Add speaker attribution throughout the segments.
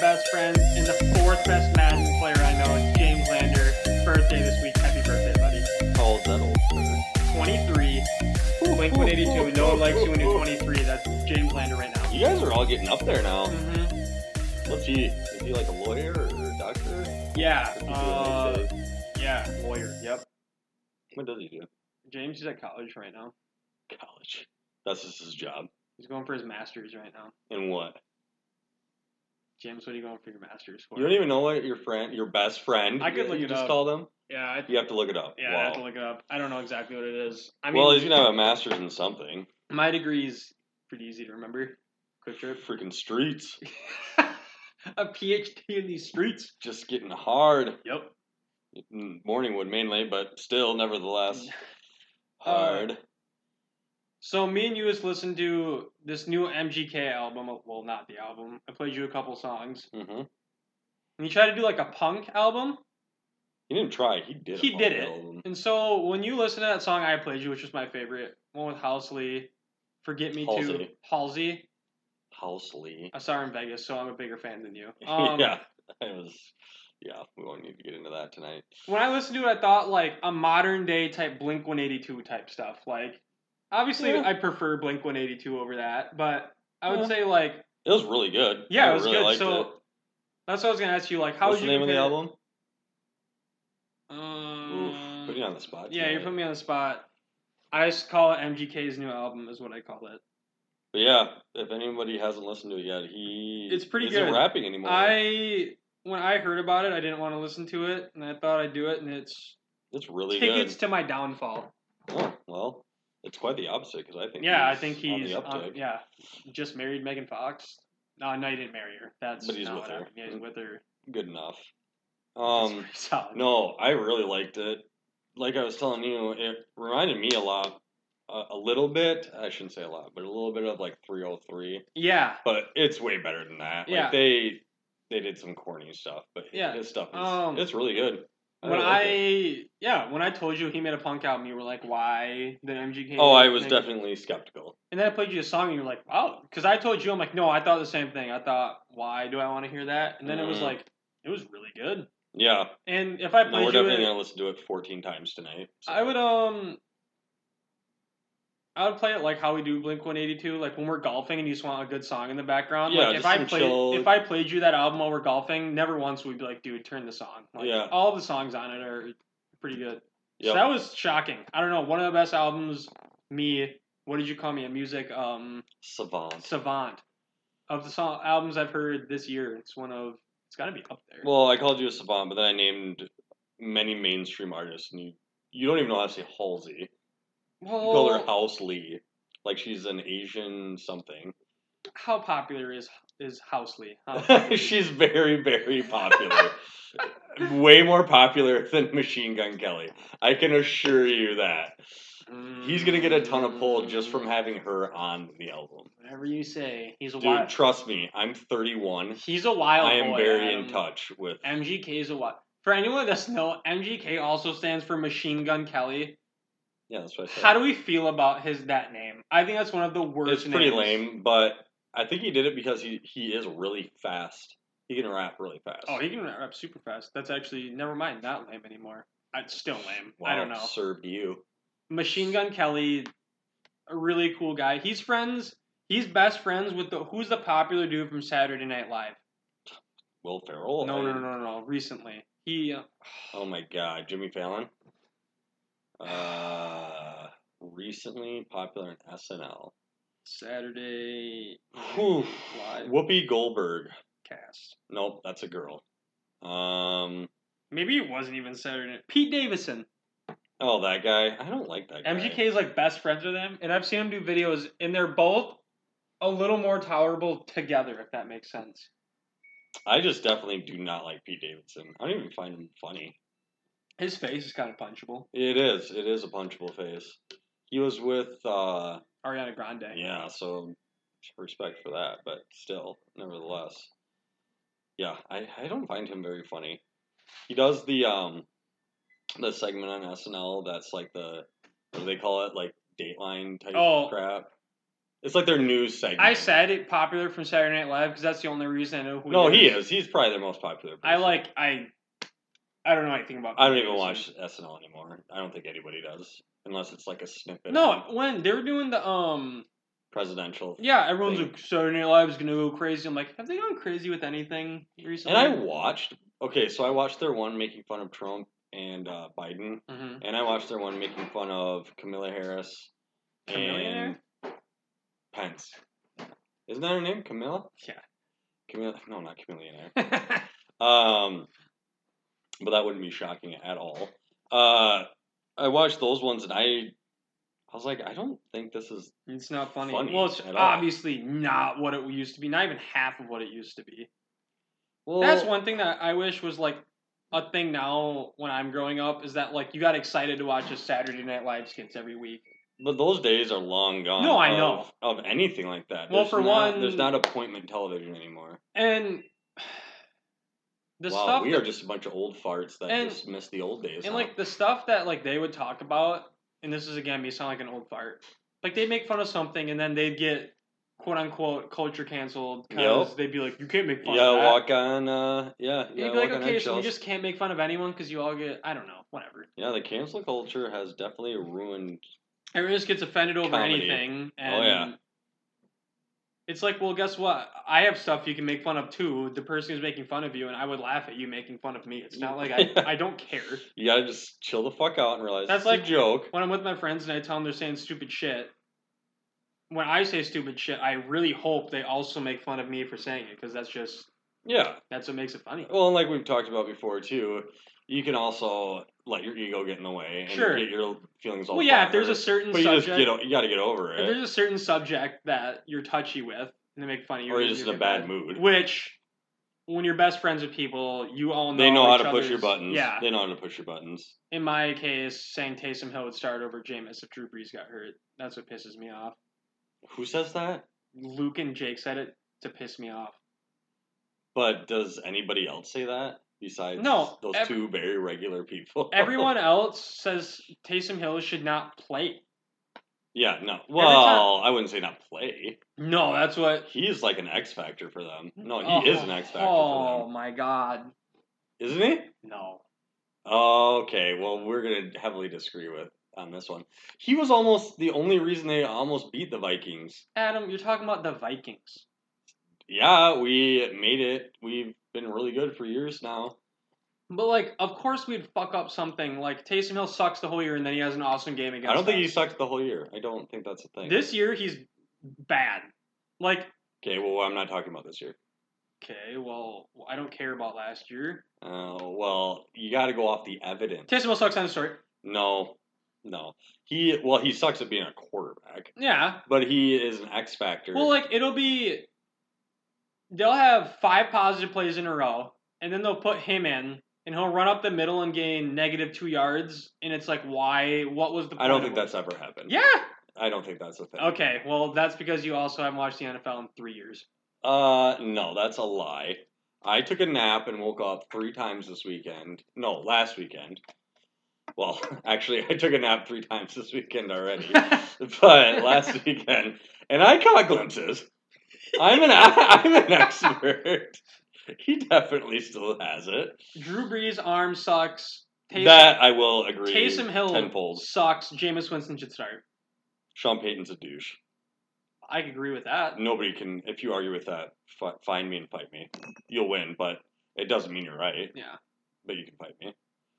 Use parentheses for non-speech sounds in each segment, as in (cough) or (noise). Speaker 1: best friend and the fourth best Madden player I know, James Lander. Birthday this week. Happy birthday, buddy.
Speaker 2: How old's that old?
Speaker 1: 23. Blink 182. No one likes you when you're 23. That's James Lander right now.
Speaker 2: You guys are all getting up there now.
Speaker 1: Mhm.
Speaker 2: What's he? Is he like a lawyer or a doctor?
Speaker 1: Yeah.
Speaker 2: What does he do
Speaker 1: Uh,
Speaker 2: these days?
Speaker 1: yeah. Lawyer. Yep.
Speaker 2: What does he do?
Speaker 1: James is at college right now.
Speaker 2: College. That's just his job.
Speaker 1: He's going for his master's right now.
Speaker 2: And what?
Speaker 1: James, what are you going for your master's for?
Speaker 2: You don't even know what your friend, your best friend.
Speaker 1: I could
Speaker 2: you-
Speaker 1: look
Speaker 2: you
Speaker 1: it
Speaker 2: just
Speaker 1: up.
Speaker 2: call them.
Speaker 1: yeah, I,
Speaker 2: You have to look it up.
Speaker 1: yeah, I have to look it up. I don't know exactly what it is. I mean,
Speaker 2: well, he's gonna have a master's in something.
Speaker 1: my degree is pretty easy to remember. Quick trip.
Speaker 2: Freaking streets,
Speaker 1: (laughs) a PhD in these streets.
Speaker 2: just getting hard.
Speaker 1: Yep.
Speaker 2: Mm, Morningwood mainly, but still, nevertheless,
Speaker 1: Mm.
Speaker 2: (sighs) hard.
Speaker 1: So me and you just listened to this new MGK album. uh, Well, not the album. I played you a couple songs.
Speaker 2: mm-hmm.
Speaker 1: And he tried to do like a punk album.
Speaker 2: He didn't try. He did.
Speaker 1: He
Speaker 2: a punk
Speaker 1: did it.
Speaker 2: album.
Speaker 1: And so when you listen to that song I played you, which was my favorite, one with Housley, Forget Me Too,
Speaker 2: Halsey.
Speaker 1: Halsey.
Speaker 2: Housley.
Speaker 1: I saw her in Vegas, so I'm a bigger fan than you.
Speaker 2: (laughs)
Speaker 1: Um,
Speaker 2: yeah, it was. Yeah, we won't need to get into that tonight.
Speaker 1: When I listened to it, I thought like a modern day type Blink 182 type stuff. Like, obviously,
Speaker 2: Yeah.
Speaker 1: I prefer Blink 182 over that, but I would
Speaker 2: Yeah.
Speaker 1: say like,
Speaker 2: It was really good.
Speaker 1: yeah,
Speaker 2: I
Speaker 1: it was
Speaker 2: really
Speaker 1: good.
Speaker 2: liked
Speaker 1: So
Speaker 2: it.
Speaker 1: that's what I was gonna ask you. Like, how
Speaker 2: What's
Speaker 1: would
Speaker 2: the
Speaker 1: you
Speaker 2: name of the
Speaker 1: compare-
Speaker 2: album?
Speaker 1: Um,
Speaker 2: Oof, putting you on the spot.
Speaker 1: Yeah, you
Speaker 2: tonight.
Speaker 1: put me on the spot. I just call it MGK's new album, is what I call it.
Speaker 2: But yeah, if anybody hasn't listened to it yet, he
Speaker 1: It's pretty
Speaker 2: isn't
Speaker 1: good.
Speaker 2: rapping anymore.
Speaker 1: I when I heard about it, I didn't want to listen to it, and I thought I'd do it, and it's
Speaker 2: it's really
Speaker 1: tickets
Speaker 2: good.
Speaker 1: to my downfall.
Speaker 2: Oh, well, it's quite the opposite because I think
Speaker 1: yeah, I
Speaker 2: he's
Speaker 1: think he's
Speaker 2: on the
Speaker 1: um,
Speaker 2: uptick.
Speaker 1: yeah, just married Megan Fox. No, no, he didn't marry her. That's
Speaker 2: But he's
Speaker 1: not
Speaker 2: with
Speaker 1: what
Speaker 2: her.
Speaker 1: happened. Yeah, he's with her.
Speaker 2: Good enough.
Speaker 1: That's
Speaker 2: Um,
Speaker 1: pretty solid.
Speaker 2: no, I really liked it. Like I was telling you, it reminded me a lot, uh, a, a little bit. I shouldn't say a lot, but a little bit of like 303.
Speaker 1: Yeah,
Speaker 2: but it's way better than that.
Speaker 1: Yeah.
Speaker 2: Like they they did some corny stuff, but
Speaker 1: Yeah.
Speaker 2: his stuff is
Speaker 1: Um,
Speaker 2: it's really good.
Speaker 1: when
Speaker 2: like
Speaker 1: I,
Speaker 2: it.
Speaker 1: yeah, when I told you he made a punk album, you were like, "Why the MGK?"
Speaker 2: oh, I was
Speaker 1: thing?
Speaker 2: definitely skeptical.
Speaker 1: And then I played you a song, and you were like, "Wow," because I told you, I'm like, "No," I thought the same thing. I thought, "Why do I want to hear that?" And then it was
Speaker 2: Mhm.
Speaker 1: like, it was really good.
Speaker 2: Yeah,
Speaker 1: And if I
Speaker 2: no, we're
Speaker 1: played you,
Speaker 2: definitely
Speaker 1: it,
Speaker 2: gonna listen to it 14 times tonight. so.
Speaker 1: I would um. I would play it like how we do Blink One Eighty Two, like when we're golfing and you just want a good song in the background.
Speaker 2: Yeah,
Speaker 1: like if
Speaker 2: just
Speaker 1: I
Speaker 2: some
Speaker 1: played
Speaker 2: chill-
Speaker 1: if I played you that album while we're golfing, never once would be like, dude, turn the song. Like
Speaker 2: Yeah.
Speaker 1: all the songs on it are pretty good.
Speaker 2: Yep.
Speaker 1: So that was shocking. I don't know, one of the best albums. Me, what did you call me? A music um
Speaker 2: savant.
Speaker 1: savant of the song albums I've heard this year. It's one of it's got to be up there.
Speaker 2: Well, I called you a savant, but then I named many mainstream artists, and you you don't even know how to say Halsey. You call her
Speaker 1: Well,
Speaker 2: House Lee, like she's an Asian something. (laughs)
Speaker 1: how popular is is Housley? How-
Speaker 2: she's very very popular.
Speaker 1: (laughs)
Speaker 2: Way more popular than Machine Gun Kelly. I can assure you that. (laughs) He's gonna get a ton of pull just from having her on the album.
Speaker 1: Mm, Whatever you say, he's a
Speaker 2: Dude,
Speaker 1: wild.
Speaker 2: trust me, I'm 31.
Speaker 1: he's a wild.
Speaker 2: I am
Speaker 1: boy,
Speaker 2: very
Speaker 1: Adam.
Speaker 2: in touch with.
Speaker 1: MGK is a wild. For anyone that doesn't know, MGK also stands for Machine Gun Kelly.
Speaker 2: Yeah, that's what I said.
Speaker 1: How do we feel about his that name? I think that's one of the
Speaker 2: it's
Speaker 1: worst.
Speaker 2: pretty
Speaker 1: names.
Speaker 2: lame, but I think he did it because he he is really fast. He can rap really fast.
Speaker 1: Oh, he can rap super fast. That's actually never mind. Not lame anymore. It's still lame.
Speaker 2: wow,
Speaker 1: I don't know.
Speaker 2: Served you.
Speaker 1: Machine Gun Kelly, a really cool guy. He's friends. He's best friends with the who's the popular dude from Saturday Night Live.
Speaker 2: Will Ferrell.
Speaker 1: No,
Speaker 2: I-
Speaker 1: no, no, no, no. Recently, he. uh,
Speaker 2: Oh my God, Jimmy Fallon. Uh, recently popular in SNL.
Speaker 1: Saturday
Speaker 2: Whew.
Speaker 1: Live
Speaker 2: Whoopi Goldberg.
Speaker 1: cast.
Speaker 2: Nope, that's a girl. Um.
Speaker 1: Maybe it wasn't even Saturday. Night- Pete Davison.
Speaker 2: Oh, that guy. I don't like that guy.
Speaker 1: MGK is like best friends with him, and I've seen him do videos, and they're both a little more tolerable together, if that makes sense.
Speaker 2: I just definitely do not like Pete Davidson. I don't even find him funny.
Speaker 1: His face is kind of punchable.
Speaker 2: It is. It is a punchable face. He was with, uh,
Speaker 1: Ariana Grande.
Speaker 2: yeah, so respect for that, but still, nevertheless. Yeah, I, I don't find him very funny. He does the, um, the segment on SNL that's like the, what do they call it? Like Dateline type
Speaker 1: Oh.
Speaker 2: crap. It's like their news segment.
Speaker 1: I said it popular from Saturday Night Live because that's the only reason I know who.
Speaker 2: No, he is. He's probably their most popular.
Speaker 1: I like I. I don't know anything about.
Speaker 2: I don't even
Speaker 1: Peter
Speaker 2: watch
Speaker 1: Jackson.
Speaker 2: SNL anymore. I don't think anybody does, unless it's like a snippet.
Speaker 1: No,
Speaker 2: of
Speaker 1: when they were doing the um,
Speaker 2: presidential.
Speaker 1: yeah, everyone's
Speaker 2: Thing.
Speaker 1: like Saturday Night Live is gonna go crazy. I'm like, have they gone crazy with anything recently?
Speaker 2: And I watched. Okay, so I watched their one making fun of Trump and uh, Biden,
Speaker 1: hmm
Speaker 2: and I watched their one making fun of Camilla Harris and
Speaker 1: Chameleon
Speaker 2: Pence. Isn't that her name, Camilla?
Speaker 1: Yeah.
Speaker 2: Camilla? No, not Chameleon.
Speaker 1: Air?
Speaker 2: (laughs) Um, but that wouldn't be shocking at all. Uh, I watched those ones and I, I was like, I don't think this is.
Speaker 1: (laughs) it's not funny.
Speaker 2: Funny
Speaker 1: well, it's
Speaker 2: at all.
Speaker 1: obviously not what it used to be. Not even half of what it used to be.
Speaker 2: Well,
Speaker 1: That's one thing that I wish was like a thing now when I'm growing up is that like you got excited to watch a Saturday Night Live skits every week.
Speaker 2: But those days are long gone.
Speaker 1: No, I
Speaker 2: of-
Speaker 1: know.
Speaker 2: of anything like that.
Speaker 1: Well,
Speaker 2: There's
Speaker 1: for
Speaker 2: not-
Speaker 1: one-
Speaker 2: there's not appointment television anymore.
Speaker 1: And (sighs) the
Speaker 2: wow,
Speaker 1: stuff
Speaker 2: we
Speaker 1: that-
Speaker 2: are just a bunch of old farts that
Speaker 1: And-
Speaker 2: just miss the old days.
Speaker 1: and
Speaker 2: huh?
Speaker 1: like the stuff that like they would talk about, and this is again me sound like an old fart. Like they'd make fun of something and then they'd get quote unquote culture canceled because
Speaker 2: Yep.
Speaker 1: they'd be like, You can't make fun
Speaker 2: yeah,
Speaker 1: of that.
Speaker 2: walk on. Uh, yeah,
Speaker 1: And
Speaker 2: yeah,
Speaker 1: you'd be
Speaker 2: walk
Speaker 1: like,
Speaker 2: on
Speaker 1: okay, so we
Speaker 2: eggshells.
Speaker 1: just can't make fun of anyone because you all get I don't know, whatever.
Speaker 2: Yeah, the cancel culture has definitely ruined.
Speaker 1: Everyone just gets offended over
Speaker 2: Comedy. Oh,
Speaker 1: anything. And
Speaker 2: yeah.
Speaker 1: It's like, well, guess what? I have stuff you can make fun of too. The person who's making fun of you, and I would laugh at you making fun of me. It's not like I,
Speaker 2: (laughs)
Speaker 1: I don't care.
Speaker 2: You gotta just chill the fuck out and realize
Speaker 1: That's
Speaker 2: it's
Speaker 1: like-
Speaker 2: a joke.
Speaker 1: When I'm with my friends and I tell them they're saying stupid shit, when I say stupid shit, I really hope they also make fun of me for saying it because that's just
Speaker 2: Yeah.
Speaker 1: that's what makes it funny.
Speaker 2: Well, and like we've talked about before too, you can also let your ego get in the way and
Speaker 1: Sure.
Speaker 2: get your feelings all.
Speaker 1: Well, yeah, if
Speaker 2: flounder.
Speaker 1: there's a certain
Speaker 2: but you
Speaker 1: subject,
Speaker 2: just get o- you gotta get over
Speaker 1: if
Speaker 2: it,
Speaker 1: there's a certain subject that you're touchy with and they make fun of you,
Speaker 2: or
Speaker 1: it
Speaker 2: you're
Speaker 1: gives
Speaker 2: just
Speaker 1: you
Speaker 2: in a bad mood.
Speaker 1: Which, when you're best friends with people, you all know
Speaker 2: They know how
Speaker 1: each
Speaker 2: to push your
Speaker 1: other's-
Speaker 2: buttons.
Speaker 1: Yeah.
Speaker 2: They know how to push your buttons.
Speaker 1: In my case, saying Taysom Hill would start over Jameis if Drew Brees got hurt. That's what pisses me off.
Speaker 2: Who says that?
Speaker 1: Luke and Jake said it to piss me off.
Speaker 2: But does anybody else say that besides
Speaker 1: No,
Speaker 2: those
Speaker 1: ev-
Speaker 2: two very regular people?
Speaker 1: Everyone else says Taysom Hill should not play.
Speaker 2: yeah, no. Well, I wouldn't say not play.
Speaker 1: No, that's what.
Speaker 2: He's like an X factor for them. No, he
Speaker 1: Oh,
Speaker 2: is an X factor
Speaker 1: Oh
Speaker 2: for them,
Speaker 1: my God,
Speaker 2: isn't he?
Speaker 1: no.
Speaker 2: Okay, well, we're gonna heavily disagree with on this one. He was almost the only reason they almost beat the Vikings.
Speaker 1: Adam, you're talking about the Vikings.
Speaker 2: Yeah, we made it. We've been really good for years now.
Speaker 1: But like, of course we'd fuck up something. Like Taysom Hill sucks the whole year, and then he has an awesome game against.
Speaker 2: I don't think he
Speaker 1: us.
Speaker 2: sucked the whole year. I don't think that's a thing.
Speaker 1: This year he's bad. Like,
Speaker 2: okay, well, I'm not talking about this year.
Speaker 1: okay, well, I don't care about last year.
Speaker 2: Oh, well, you got to go off the evidence.
Speaker 1: Taysom Hill sucks on the story.
Speaker 2: No, no. He well, he sucks at being a quarterback,
Speaker 1: Yeah.
Speaker 2: but he is an X factor.
Speaker 1: Well, like it'll be. They'll have five positive plays in a row, and then they'll put him in, and he'll run up the middle and gain negative two yards, and it's like, why? What was the? Point
Speaker 2: I don't
Speaker 1: of
Speaker 2: think
Speaker 1: it?
Speaker 2: that's ever happened.
Speaker 1: Yeah.
Speaker 2: I don't think that's a thing.
Speaker 1: Okay. Well, that's because you also haven't watched the NFL in three years. (laughs)
Speaker 2: Uh, no, that's a lie. I took a nap and woke up three times this weekend. No, last weekend. Well, (laughs) actually, I took a nap three times this weekend already,
Speaker 1: (laughs)
Speaker 2: but last weekend, and I caught glimpses. I'm an (laughs) I'm an expert. He definitely still has it.
Speaker 1: Drew Brees' arm sucks. Taysom,
Speaker 2: that I will agree.
Speaker 1: Taysom Hill
Speaker 2: tenfold.
Speaker 1: sucks. Jameis Winston should start.
Speaker 2: Sean Payton's a douche.
Speaker 1: I agree with that.
Speaker 2: Nobody can. If you argue with that, fi- find me and fight me. You'll win, but it doesn't mean you're right.
Speaker 1: Yeah.
Speaker 2: But you can fight me.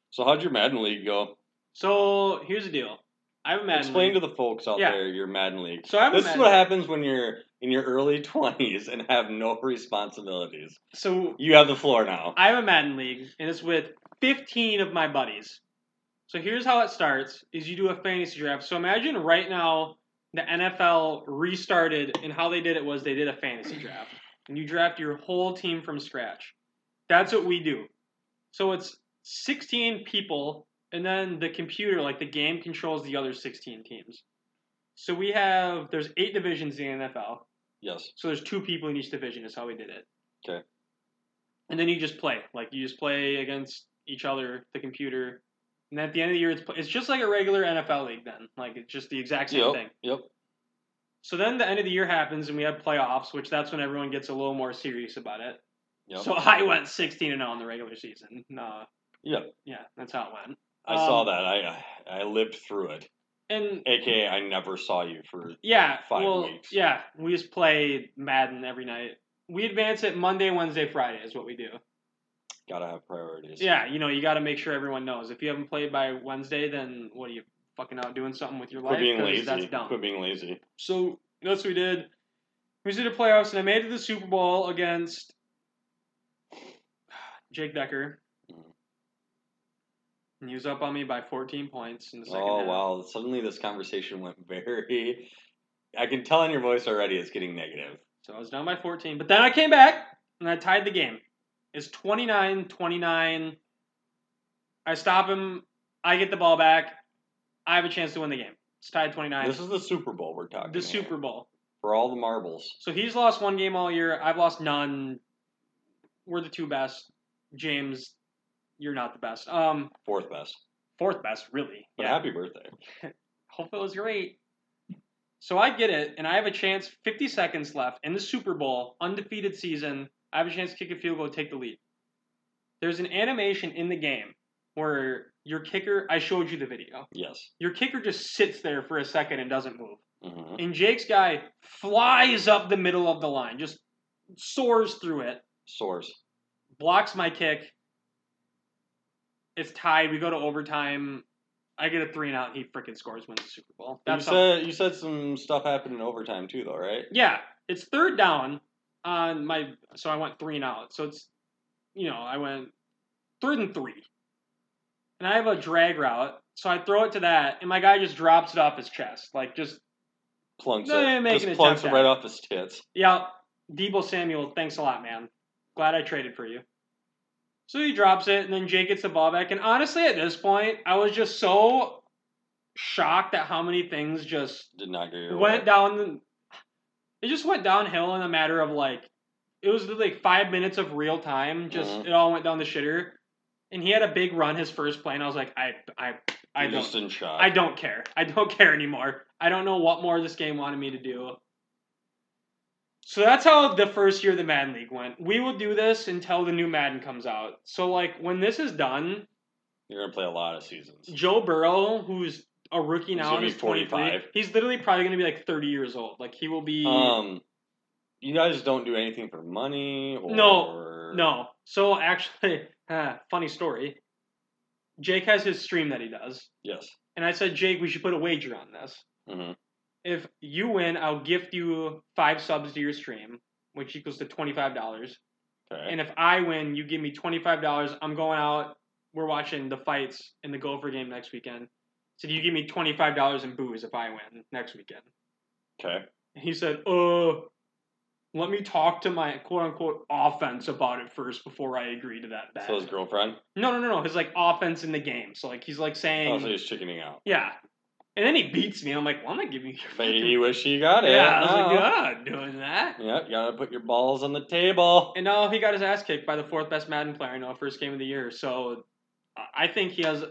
Speaker 2: So how'd your Madden league go?
Speaker 1: So here's the deal. I have a Madden.
Speaker 2: Explain
Speaker 1: league.
Speaker 2: to the folks out
Speaker 1: Yeah.
Speaker 2: there your Madden league.
Speaker 1: so I have a
Speaker 2: This is
Speaker 1: Madden.
Speaker 2: what happens when you're in your early (laughs) twenties and have no responsibilities.
Speaker 1: so
Speaker 2: You have the floor now.
Speaker 1: I have a Madden league, and it's with 15 of my buddies. So here's how it starts: is you do a fantasy draft. So imagine right now the NFL restarted, and how they did it was they did a fantasy draft, and you draft your whole team from scratch. That's what we do. So it's 16 people, and then the computer, like the game, controls the other 16 teams. So we have there's eight divisions in the NFL.
Speaker 2: Yes.
Speaker 1: So there's two people in each division is how we did it.
Speaker 2: Okay.
Speaker 1: And then you just play. Like you just play against each other, the computer. And at the end of the year, it's it's just like a regular NFL league. Then, like it's just the exact same
Speaker 2: Yep.
Speaker 1: thing.
Speaker 2: Yep.
Speaker 1: So then the end of the year happens and we have playoffs, which that's when everyone gets a little more serious about it.
Speaker 2: Yep.
Speaker 1: So I went 16 and 0 in the regular season. No,
Speaker 2: Yep.
Speaker 1: yeah, that's how it went.
Speaker 2: I saw
Speaker 1: Um,
Speaker 2: that. I I I lived through it.
Speaker 1: And
Speaker 2: AKA, I never saw you for.
Speaker 1: yeah,
Speaker 2: Five
Speaker 1: well,
Speaker 2: weeks.
Speaker 1: yeah, we just play Madden every night. We advance it Monday, Wednesday, Friday is what we do.
Speaker 2: Gotta have priorities.
Speaker 1: Yeah, you know, you got to make sure everyone knows. If you haven't played by Wednesday, then what are you fucking out doing something with your
Speaker 2: Quit
Speaker 1: life?
Speaker 2: being
Speaker 1: 'Cause
Speaker 2: lazy.
Speaker 1: That's dumb.
Speaker 2: Quit being lazy.
Speaker 1: So that's what we did. We did the playoffs, and I made it to the Super Bowl against (sighs) Jake Decker.
Speaker 2: Mhm.
Speaker 1: And he was up on me by 14 points in the second
Speaker 2: Oh
Speaker 1: half.
Speaker 2: wow! Suddenly, this conversation went (laughs) very. I can tell in your voice already. It's getting negative.
Speaker 1: So I was down by 14. But then I came back, and I tied the game. It's 29 29. I stop him. I get the ball back. I have a chance to win the game. It's tied 29.
Speaker 2: This is the Super Bowl we're talking.
Speaker 1: the
Speaker 2: here.
Speaker 1: Super Bowl.
Speaker 2: for all the marbles.
Speaker 1: So he's lost one game all year. I've lost none. We're the two best. James, you're not the best. Um,
Speaker 2: Fourth best.
Speaker 1: fourth best, really.
Speaker 2: But
Speaker 1: Yeah.
Speaker 2: happy birthday.
Speaker 1: Hope it was great. So I get it, and I have a chance. 50 seconds left in the Super Bowl, undefeated season. I have a chance to kick a field goal, take the lead. There's an animation in the game where your kicker. I showed you the video.
Speaker 2: Yes.
Speaker 1: Your kicker just sits there for a second and doesn't move.
Speaker 2: hmm
Speaker 1: And Jake's guy flies up the middle of the line, just soars through it,
Speaker 2: Source.
Speaker 1: blocks my kick. It's tied. We go to overtime. I get a three and out. And he freaking scores, wins the Super Bowl.
Speaker 2: You
Speaker 1: That's how-
Speaker 2: said you said some stuff happened in overtime too, though, right?
Speaker 1: yeah. It's third down on my. So I went three and out. So it's, you know, I went third and three, and I have a drag route. So I throw it to that, and my guy just drops it off his chest, like just
Speaker 2: Plunks
Speaker 1: No, they
Speaker 2: it.
Speaker 1: didn't make
Speaker 2: Just
Speaker 1: an
Speaker 2: plunks
Speaker 1: attempt
Speaker 2: it
Speaker 1: at
Speaker 2: right
Speaker 1: it.
Speaker 2: off his tits.
Speaker 1: Yeah, Debo Samuel, thanks a lot, man. Glad I traded for you. So he drops it, and then Jake gets the ball back. And honestly, at this point, I was just so shocked at how many things just
Speaker 2: Did not go your
Speaker 1: went
Speaker 2: way.
Speaker 1: down. the- It just went downhill in a matter of like, it was like five minutes of real time. Just
Speaker 2: Mhm.
Speaker 1: it all went down the shitter. And he had a big run his first play, and I was like, I, I, I
Speaker 2: You're
Speaker 1: don't.
Speaker 2: just in shock.
Speaker 1: I don't care. I don't (laughs) care anymore. I don't know what more this game wanted me to do. So that's how the first year of the Madden League went. We will do this until the new Madden comes out. So like when this is done,
Speaker 2: You're gonna play a lot of seasons.
Speaker 1: Joe Burrow, who's a rookie now,
Speaker 2: gonna
Speaker 1: and
Speaker 2: be
Speaker 1: is 25.
Speaker 2: 45.
Speaker 1: He's literally probably going to be like 30 years old. Like he will be
Speaker 2: Um, you guys don't do anything for money or
Speaker 1: no. So actually, (laughs) funny story. Jake has his stream that he does,
Speaker 2: Yes.
Speaker 1: and I said, "Jake, we should put a wager on this."
Speaker 2: hmm
Speaker 1: if you win, I'll gift you five subs to your stream, which equals to twenty five dollars.
Speaker 2: Okay.
Speaker 1: And if I win, you give me twenty five dollars. I'm going out. We're watching the fights in the Gopher game next weekend. So you give me twenty five dollars in booze if I win next weekend.
Speaker 2: okay.
Speaker 1: And he said, "Uh, let me talk to my quote unquote offense about it first before I agree to that bet."
Speaker 2: So his girlfriend.
Speaker 1: no, no, no, no. His like offense in the game. So like he's like saying,
Speaker 2: Oh, so he's chickening out.
Speaker 1: yeah. And then he beats me. I'm like, well, I'm not giving you. your
Speaker 2: But
Speaker 1: fucking
Speaker 2: he wish he got it.
Speaker 1: (laughs) yeah, I was
Speaker 2: now.
Speaker 1: like, "Yeah, I'm not doing
Speaker 2: (laughs)
Speaker 1: that.
Speaker 2: Yep, you gotta put your balls on the table.
Speaker 1: And now he got his ass kicked by the fourth best Madden player I know, first game of the year. So I- I think he has,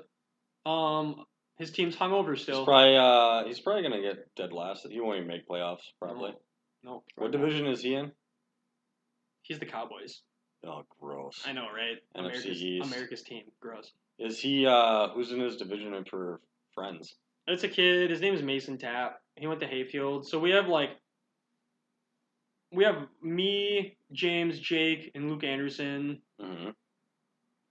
Speaker 1: um, his team's hungover
Speaker 2: He's
Speaker 1: still.
Speaker 2: probably uh, he's probably gonna get dead last. He won't even make playoffs probably.
Speaker 1: Oh, No,
Speaker 2: What division is he in?
Speaker 1: He's the Cowboys.
Speaker 2: Oh, gross.
Speaker 1: I know, right?
Speaker 2: NFC
Speaker 1: America's
Speaker 2: East.
Speaker 1: America's team. Gross.
Speaker 2: Is he uh, who's in his division and for friends?
Speaker 1: It's a kid. His name is Mason Tapp. He went to Hayfield. So we have like, we have me, James, Jake, and Luke Anderson.
Speaker 2: Mm-hmm.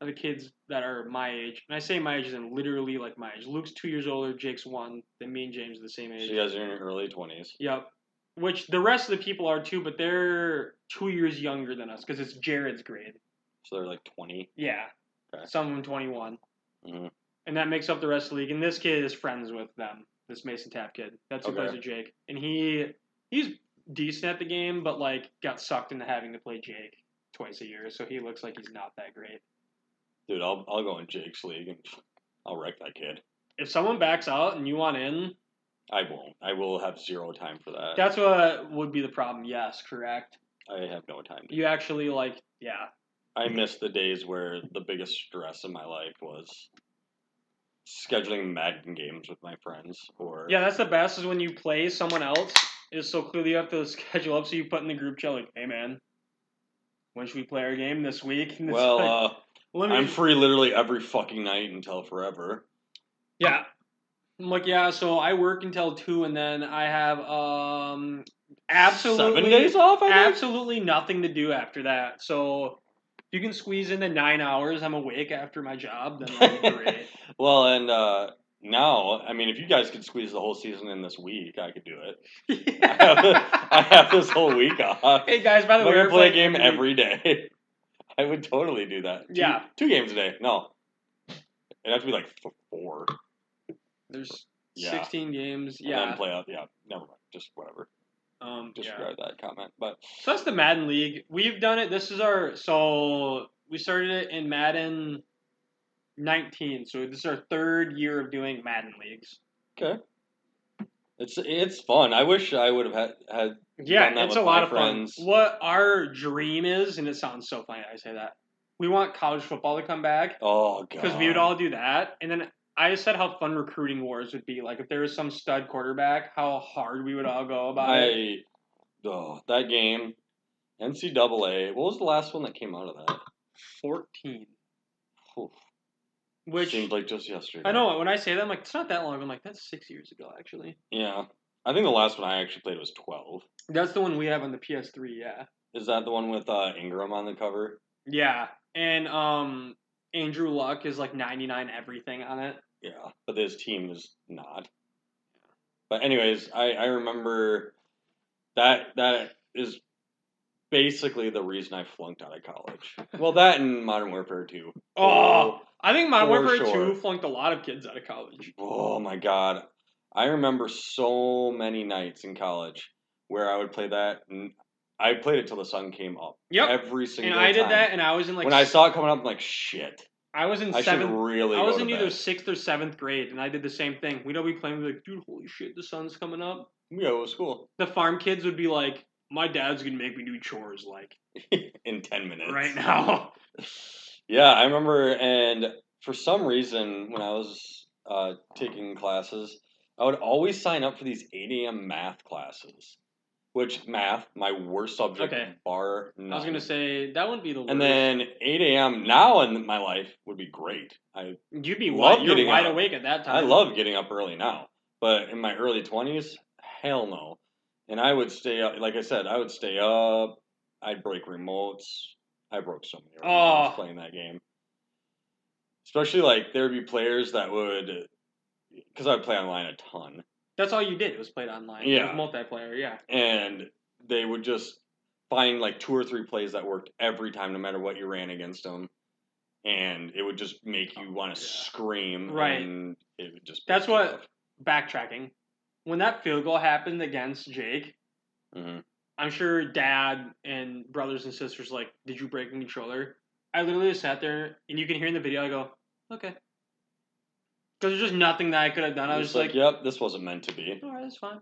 Speaker 1: are the kids that are my age, and I say my age is in literally like my age. Luke's two years older, Jake's one, then me and James are the same
Speaker 2: So
Speaker 1: age.
Speaker 2: you guys are in your early twenties.
Speaker 1: Yep. Which the rest of the people are too, but they're two years younger than us because it's Jared's grade.
Speaker 2: So they're like 20
Speaker 1: Yeah.
Speaker 2: Okay.
Speaker 1: Some of them 21.
Speaker 2: Mhm.
Speaker 1: And that makes up the rest of the league. And this kid is friends with them, this Mason Tap kid. That's who
Speaker 2: Okay.
Speaker 1: plays with Jake. And he he's decent at the game, but like got sucked into having to play Jake twice a year, so he looks like he's not that great.
Speaker 2: Dude, I'll I'll go in Jake's league and (laughs) I'll wreck that kid.
Speaker 1: If someone backs out and you want in,
Speaker 2: I won't. I will have zero time for that.
Speaker 1: That's what would be the problem. Yes, correct.
Speaker 2: I have no time. To
Speaker 1: You actually like, yeah,
Speaker 2: I miss the days where the biggest stress in my life was scheduling Madden games with my friends or
Speaker 1: yeah. That's the best is when you play someone else is so clearly you have to (laughs) schedule up so you put in the group chat like, hey man, when should we play our game this week? (laughs) And it's
Speaker 2: Well,
Speaker 1: like,
Speaker 2: uh,
Speaker 1: let me
Speaker 2: I'm free literally every fucking night until forever.
Speaker 1: Yeah. I'm like, yeah, so I work until two and then I have um absolutely
Speaker 2: Seven days off, I think?
Speaker 1: absolutely nothing to do after that. So if you can squeeze in the nine hours I'm awake after my job, then
Speaker 2: (laughs)
Speaker 1: that'd be great. (laughs)
Speaker 2: Well, and uh, now, I mean, if you guys could squeeze the whole season in this week, I could do it. (laughs) I have, I have this whole week off.
Speaker 1: Hey guys, by
Speaker 2: I'm
Speaker 1: the way,
Speaker 2: going to
Speaker 1: we're
Speaker 2: play a
Speaker 1: playing
Speaker 2: game every day. (laughs) I would totally do that. Two-
Speaker 1: Yeah.
Speaker 2: Two games a day. No. It'd have to be like f- four.
Speaker 1: There's
Speaker 2: Yeah.
Speaker 1: 16 games.
Speaker 2: And
Speaker 1: Yeah.
Speaker 2: then play out. Yeah. Never mind. Just whatever.
Speaker 1: Um, yeah.
Speaker 2: Disregard that comment. But
Speaker 1: So that's the Madden League. We've done it. This is our so we started it in Madden 19. So this is our third year of doing Madden leagues.
Speaker 2: it's it's fun. I wish I would have had, had Done
Speaker 1: Yeah,
Speaker 2: that
Speaker 1: it's a
Speaker 2: with
Speaker 1: lot
Speaker 2: my
Speaker 1: of
Speaker 2: friends.
Speaker 1: fun. What our dream is, and it sounds so funny I say that. We want college football to come back
Speaker 2: oh god
Speaker 1: because we would all do that. And then I said how fun recruiting wars would be. Like if there was some stud quarterback, how hard we would all go about it.
Speaker 2: I oh that game NCAA. What was the last one that came out of that?
Speaker 1: 14.
Speaker 2: Oof,
Speaker 1: Which
Speaker 2: seemed like just yesterday.
Speaker 1: I know when I say that, I'm like, it's not that long. I'm like, that's six years ago, actually.
Speaker 2: Yeah, I think the last one I actually played was twelve.
Speaker 1: That's the one we have on the PS3, yeah.
Speaker 2: Is that the one with uh, Ingram on the cover?
Speaker 1: Yeah. And um Andrew Luck is like 99 everything on it.
Speaker 2: Yeah, but his team is not. But anyways, I I remember that that is basically the reason I flunked out of college. well, that and Modern Warfare Two.
Speaker 1: (laughs) Oh, I think Modern
Speaker 2: For
Speaker 1: Warfare
Speaker 2: sure.
Speaker 1: 2 flunked a lot of kids out of college.
Speaker 2: Oh my god. I remember so many nights in college where I would play that and I played it till the sun came up.
Speaker 1: Yep.
Speaker 2: Every single
Speaker 1: And
Speaker 2: time.
Speaker 1: I did that and I was in like
Speaker 2: when I
Speaker 1: s-
Speaker 2: saw it coming up, I'm like, shit.
Speaker 1: I was in
Speaker 2: I should
Speaker 1: seventh
Speaker 2: really
Speaker 1: I was
Speaker 2: go
Speaker 1: in
Speaker 2: to
Speaker 1: either
Speaker 2: bed.
Speaker 1: sixth or seventh grade and I did the same thing. We'd all be playing, we'd be like, dude, holy shit, the sun's coming up.
Speaker 2: We go to school (laughs)
Speaker 1: The farm kids would be like, My dad's gonna make me do chores like
Speaker 2: in 10 minutes.
Speaker 1: right now. (laughs)
Speaker 2: Yeah, I remember. And for some reason, when I was uh, taking classes, I would always sign up for these 8 a.m. math classes, which math, my worst subject,
Speaker 1: Okay.
Speaker 2: bar none.
Speaker 1: I was gonna say that wouldn't be the worst.
Speaker 2: And then 8 a.m. now in my life would be great. I
Speaker 1: you'd be
Speaker 2: love
Speaker 1: wide, you're
Speaker 2: getting
Speaker 1: wide
Speaker 2: up.
Speaker 1: awake at that time.
Speaker 2: I love getting up early now, but in my early 20s, hell no. And I would stay up. Like I said, I would stay up. I'd break remotes. I broke so many remotes
Speaker 1: Oh.
Speaker 2: playing that game. Especially like there'd be players that would, because I would play online a ton.
Speaker 1: That's all you did. It was played online.
Speaker 2: Yeah.
Speaker 1: It was multiplayer. Yeah.
Speaker 2: and they would just find like two or three plays that worked every time, no matter what you ran against them, and it would just make you want
Speaker 1: Oh, yeah.
Speaker 2: to scream.
Speaker 1: Right.
Speaker 2: And it would just.
Speaker 1: That's what- Backtracking. When that field goal happened against Jake,
Speaker 2: hmm
Speaker 1: I'm sure dad and brothers and sisters like, did you break a controller? I literally just sat there, and you can hear in the video. I go, okay. Because there's just nothing that I could have done. I was just like,
Speaker 2: "Yep, this wasn't meant to be."
Speaker 1: all right, that's fine.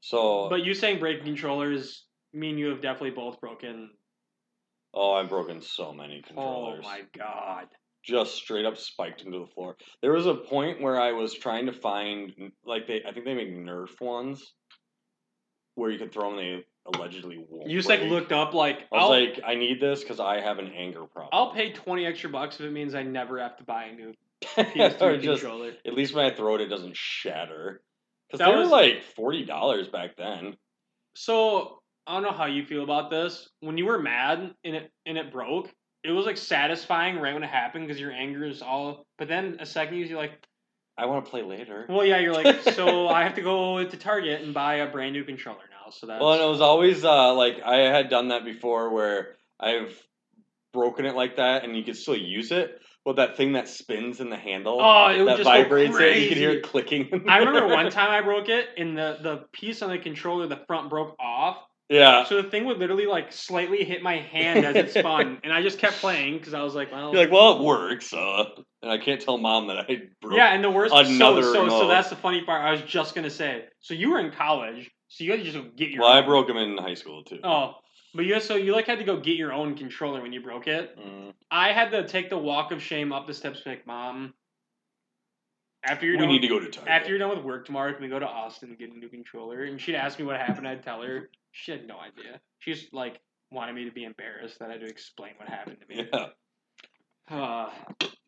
Speaker 2: So,
Speaker 1: But you saying break controllers, me and you have definitely both broken.
Speaker 2: oh, I've broken so many
Speaker 1: Oh
Speaker 2: controllers.
Speaker 1: my god.
Speaker 2: Just straight up spiked into the floor. There was a point where I was trying to find, like they, I think they make Nerf ones, where you could throw them. and They allegedly won't.
Speaker 1: You just like
Speaker 2: break.
Speaker 1: looked up like,
Speaker 2: I was
Speaker 1: I'll,
Speaker 2: like, I need this because I have an anger problem.
Speaker 1: I'll pay 20 extra bucks if it means I never have to buy a new
Speaker 2: (laughs) Or
Speaker 1: PS3
Speaker 2: just-
Speaker 1: controller.
Speaker 2: at least when I throw it, it doesn't shatter. Because
Speaker 1: That
Speaker 2: they
Speaker 1: was-
Speaker 2: were like forty dollars back then.
Speaker 1: So I don't know how you feel about this. When you were mad and it and it broke, it was like satisfying right when it happened because your anger is all. But then a second you- you're like,
Speaker 2: I want to play later.
Speaker 1: well, yeah, you're like, so
Speaker 2: (laughs)
Speaker 1: I have to go to Target and buy a brand new controller now. So that's
Speaker 2: Well, and it was always uh, like I had done that before, where I've broken it like that, and you can still use it. But that thing that spins in the handle
Speaker 1: oh, it was
Speaker 2: that
Speaker 1: just
Speaker 2: vibrates
Speaker 1: go
Speaker 2: it, you can hear
Speaker 1: crazy.
Speaker 2: it clicking. (laughs)
Speaker 1: I remember one time I broke it, and the the piece on the controller, the front broke off.
Speaker 2: yeah,
Speaker 1: (laughs) So the thing would literally like slightly hit my hand as
Speaker 2: (laughs)
Speaker 1: it spun, and I just kept playing because I was like, well,
Speaker 2: you're like, well, it works, uh, and I can't tell mom that I broke.
Speaker 1: Yeah, and the worst
Speaker 2: another
Speaker 1: so, so, so
Speaker 2: remote.
Speaker 1: that's the funny part. I was just gonna say. So you were in college, so you had to just get your.
Speaker 2: Well, I
Speaker 1: own-
Speaker 2: broke them in high school too.
Speaker 1: Oh, but you so you like had to go get your own controller when you broke it.
Speaker 2: Mm.
Speaker 1: I had to take the walk of shame up the steps, and be like mom. after
Speaker 2: We
Speaker 1: you're done
Speaker 2: need to go to Target.
Speaker 1: after you're done with work tomorrow, can we go to Austin and get a new controller? And she'd ask me what happened. I'd tell her. She had no idea. She just like wanted me to be embarrassed that I had to explain what happened
Speaker 2: (laughs)
Speaker 1: to me.
Speaker 2: (laughs)
Speaker 1: (sighs)
Speaker 2: yeah.
Speaker 1: Uh,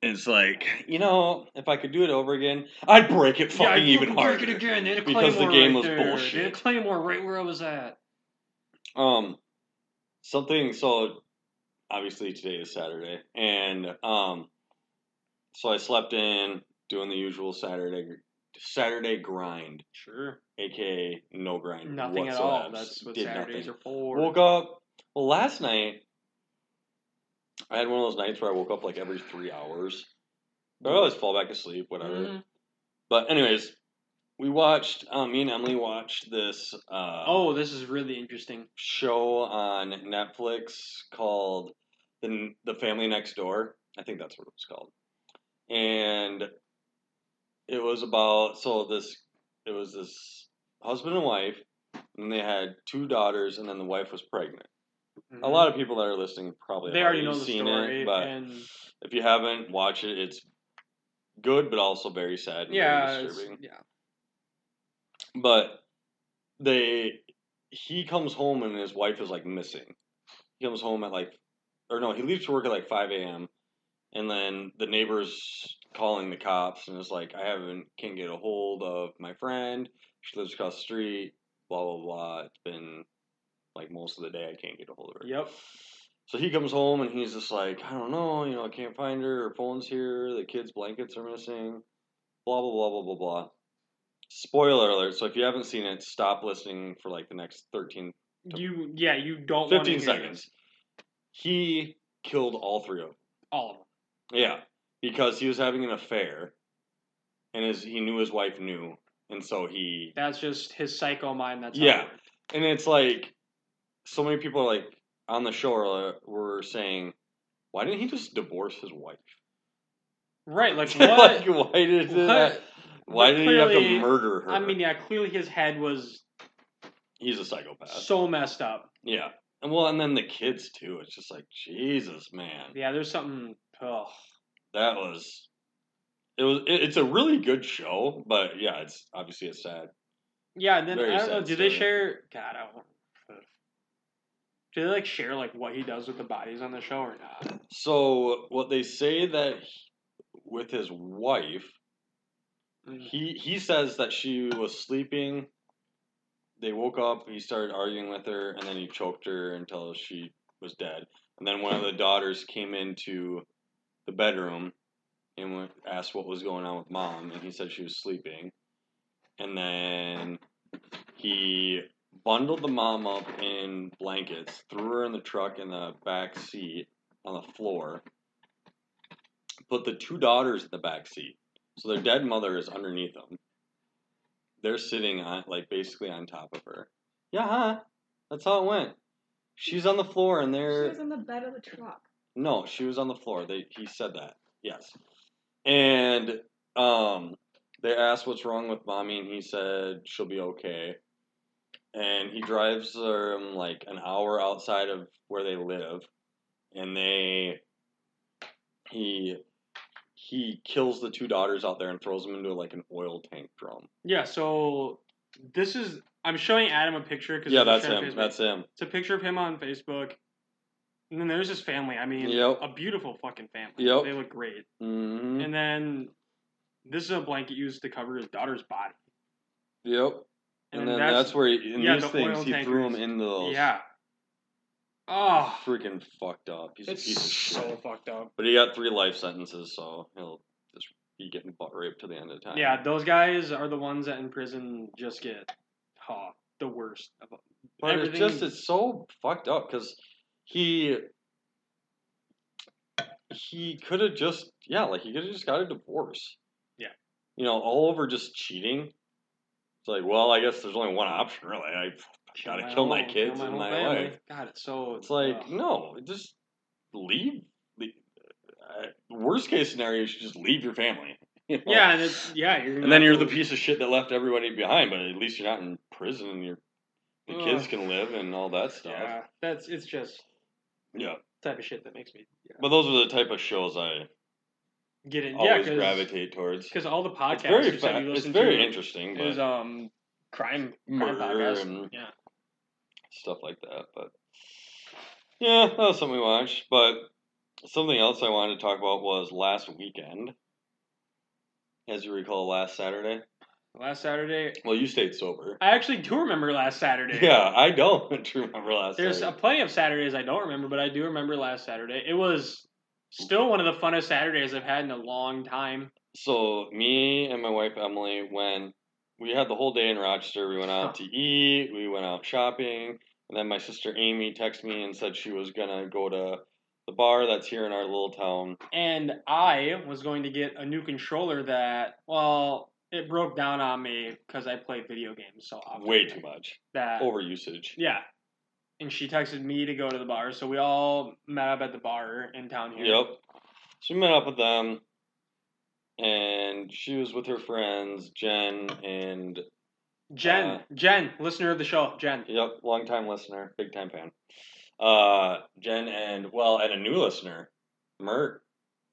Speaker 2: It's like you know, if I could do it over again, I'd break it
Speaker 1: yeah,
Speaker 2: fucking
Speaker 1: I'd
Speaker 2: even
Speaker 1: fucking
Speaker 2: harder.
Speaker 1: Break it again. They had a
Speaker 2: because the
Speaker 1: Claymore
Speaker 2: game
Speaker 1: right
Speaker 2: was
Speaker 1: there. They had a
Speaker 2: bullshit.
Speaker 1: Claymore right where I was at.
Speaker 2: Um, something. So obviously today is Saturday, and um, so I slept in doing the usual Saturday Saturday grind,
Speaker 1: Sure.
Speaker 2: aka no grind,
Speaker 1: Nothing at
Speaker 2: whatsoever.
Speaker 1: all. That's what
Speaker 2: Did
Speaker 1: Saturdays
Speaker 2: nothing.
Speaker 1: are for.
Speaker 2: Woke up. Well, last night I had one of those nights where I woke up like every three hours. But I always fall back asleep, whatever.
Speaker 1: Mhm.
Speaker 2: But anyways, we watched. Uh, me and Emily watched this uh,
Speaker 1: Oh, this is really interesting.
Speaker 2: show on Netflix called the the Family Next Door. I think that's what it was called, and it was about so this it was this husband and wife, and they had two daughters, and then the wife was pregnant. A lot of people that are listening probably
Speaker 1: Mm-hmm. they
Speaker 2: have
Speaker 1: already know the
Speaker 2: seen
Speaker 1: story,
Speaker 2: it, but
Speaker 1: and
Speaker 2: if you haven't, watch it. It's good, but also very sad. And
Speaker 1: yeah,
Speaker 2: very
Speaker 1: it's-
Speaker 2: disturbing
Speaker 1: yeah.
Speaker 2: but they he comes home and his wife is like missing he comes home at like or no he leaves to work at like 5 a.m and then the neighbors calling the cops and it's like i haven't can't get a hold of my friend she lives across the street blah blah blah it's been like most of the day i can't get a hold of her
Speaker 1: Yep.
Speaker 2: so he comes home and he's just like, I don't know, you know, I can't find her. Her phone's here. The kids' blankets are missing. Blah blah blah blah blah blah. Spoiler alert. So if you haven't seen it, stop listening for like the next 13,
Speaker 1: You yeah, you don't want
Speaker 2: 15 seconds. He killed all three of them.
Speaker 1: All of them.
Speaker 2: Yeah, because he was having an affair, and his he knew his wife knew, and so he
Speaker 1: That's just his psycho mind. That's
Speaker 2: Yeah.
Speaker 1: How it works.
Speaker 2: and it's like so many people are like on the show are, were saying, why didn't he just divorce his wife?
Speaker 1: right. Like
Speaker 2: (laughs) like
Speaker 1: what?
Speaker 2: why did
Speaker 1: what-
Speaker 2: that? Why
Speaker 1: But
Speaker 2: did he have
Speaker 1: clearly-
Speaker 2: to murder her?
Speaker 1: I mean, yeah. Clearly, his head was
Speaker 2: he's a psychopath.
Speaker 1: so messed up.
Speaker 2: yeah, and well, and then the kids too. It's just like Jesus, man,
Speaker 1: Yeah, there's something. Oh,
Speaker 2: that was. It was. It, it's a really good show, but yeah, it's obviously it's sad.
Speaker 1: yeah. And then
Speaker 2: Very
Speaker 1: I don't know.
Speaker 2: sad
Speaker 1: Do they
Speaker 2: story.
Speaker 1: share? God, I don't. Do they like share like what he does with the bodies on the show or not?
Speaker 2: So what they say that he- with his wife,
Speaker 1: Mm.
Speaker 2: he he says that she was sleeping. They woke up. He started arguing with her, and then he choked her until she was dead. And then one of the daughters came into the bedroom and wa- asked what was going on with mom, and he said she was sleeping. And then he bundled the mom up in blankets, threw her in the truck in the back seat on the floor, put the two daughters in the back seat. So their dead mother is underneath them. They're sitting on like basically on top of her. Yeah, huh? that's how it went. She's on the floor and
Speaker 3: She
Speaker 2: they're
Speaker 3: was in the bed of the truck.
Speaker 2: no, she was on the floor. They he said that. Yes. And um they asked what's wrong with mommy and he said she'll be okay. And he drives them like an hour outside of where they live and they he he kills the two daughters out there and throws them into like an oil tank drum.
Speaker 1: Yeah. So this is. I'm showing Adam a picture because
Speaker 2: Yeah, that's him. That's him.
Speaker 1: it's a picture of him on Facebook. And then there's his family. I mean,
Speaker 2: Yep.
Speaker 1: a beautiful fucking family.
Speaker 2: Yep.
Speaker 1: They look great.
Speaker 2: hmm
Speaker 1: And then this is a blanket used to cover his daughter's body.
Speaker 2: Yep. And, then that's, where he, in
Speaker 1: yeah,
Speaker 2: these
Speaker 1: the oil
Speaker 2: things he threw
Speaker 1: tankers.
Speaker 2: them in those.
Speaker 1: yeah. Oh,
Speaker 2: freaking fucked up. He's a
Speaker 1: it's
Speaker 2: piece of shit.
Speaker 1: so fucked up.
Speaker 2: But he got three life sentences, so he'll just be getting butt raped to the end of time.
Speaker 1: Yeah, those guys are the ones that in prison just get oh, the worst. Of them.
Speaker 2: but it's
Speaker 1: everything-
Speaker 2: just it's so fucked up because he he could have just yeah, like he could have just got a divorce.
Speaker 1: Yeah.
Speaker 2: you know, all over just cheating. It's like, well, I guess there's only one option really. I gotta kill my
Speaker 1: whole-
Speaker 2: kids and
Speaker 1: whole
Speaker 2: my
Speaker 1: family.
Speaker 2: wife.
Speaker 1: God, it's so.
Speaker 2: It's like
Speaker 1: ugh.
Speaker 2: no, just leave. the- uh, Worst case scenario, you should just leave your family. (laughs) You know?
Speaker 1: yeah, and it's yeah. You're gonna
Speaker 2: And then
Speaker 1: have
Speaker 2: you're
Speaker 1: to-
Speaker 2: the piece of shit that left everybody behind, but at least you're not in prison and your the kids
Speaker 1: Ugh.
Speaker 2: can live and all that stuff. Yeah.
Speaker 1: Yeah, that's it's just type of shit that makes me. Yeah.
Speaker 2: But those are the type of shows I
Speaker 1: get in. Yeah,
Speaker 2: always
Speaker 1: because
Speaker 2: gravitate towards.
Speaker 1: all the
Speaker 2: It's
Speaker 1: podcasts
Speaker 2: very,
Speaker 1: you said
Speaker 2: fa-
Speaker 1: you
Speaker 2: it's
Speaker 1: listened
Speaker 2: very
Speaker 1: to
Speaker 2: interesting, but
Speaker 1: is um crime crime
Speaker 2: murder
Speaker 1: podcast.
Speaker 2: and
Speaker 1: Yeah,
Speaker 2: stuff like that. But yeah, that was something we watched. But something else I wanted to talk about was last weekend. As you recall, last Saturday.
Speaker 1: last Saturday.
Speaker 2: Well, you stayed sober.
Speaker 1: I actually do remember last Saturday.
Speaker 2: Yeah, I don't (laughs) remember last
Speaker 1: There's uh
Speaker 2: Saturday.
Speaker 1: plenty of Saturdays I don't remember, but I do remember last Saturday. It was still one of the funnest Saturdays I've had in a long time.
Speaker 2: So me and my wife Emily went. We had the whole day in Rochester. We went
Speaker 1: (laughs)
Speaker 2: out to eat. We went out shopping. And then my sister Amy texted me and said she was gonna go to the bar that's here in our little town.
Speaker 1: And I was going to get a new controller that, well, it broke down on me because I play video games so often.
Speaker 2: Way too much
Speaker 1: That,
Speaker 2: overusage.
Speaker 1: Yeah. And she texted me to go to the bar, so we all met up at the bar in town here.
Speaker 2: Yep. So we met up with them, and she was with her friends Jen and
Speaker 1: Jen,
Speaker 2: Uh,
Speaker 1: Jen, listener of the show, Jen.
Speaker 2: yep, longtime listener, big time fan. Uh, Jen and well, and a new listener, Mert.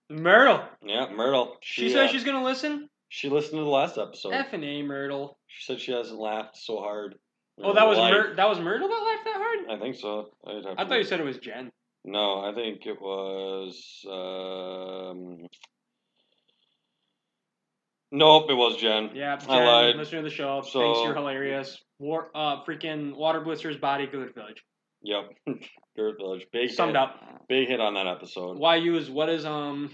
Speaker 1: Myrtle.
Speaker 2: Yeah, Myrtle.
Speaker 1: She
Speaker 2: uh,
Speaker 1: says she's gonna listen.
Speaker 2: She listened to the last episode.
Speaker 1: F and A Myrtle.
Speaker 2: She said she hasn't laughed so hard. in
Speaker 1: Oh,
Speaker 2: her
Speaker 1: that was
Speaker 2: life.
Speaker 1: Myr- that was Myrtle that laughed that hard.
Speaker 2: I think so. I'd have
Speaker 1: I
Speaker 2: to
Speaker 1: thought you
Speaker 2: look.
Speaker 1: said it was Jen.
Speaker 2: No, I think it was. Um... Nope, it was Jen.
Speaker 1: Yeah, Jen,
Speaker 2: I lied.
Speaker 1: listener of the show, thinks
Speaker 2: So-
Speaker 1: you're hilarious. War, uh, freaking Water Blister's body, good village.
Speaker 2: Yep. (laughs) Dirt Village. Big
Speaker 1: Summed
Speaker 2: hit.
Speaker 1: up.
Speaker 2: Big hit on that episode.
Speaker 1: Why use what is um?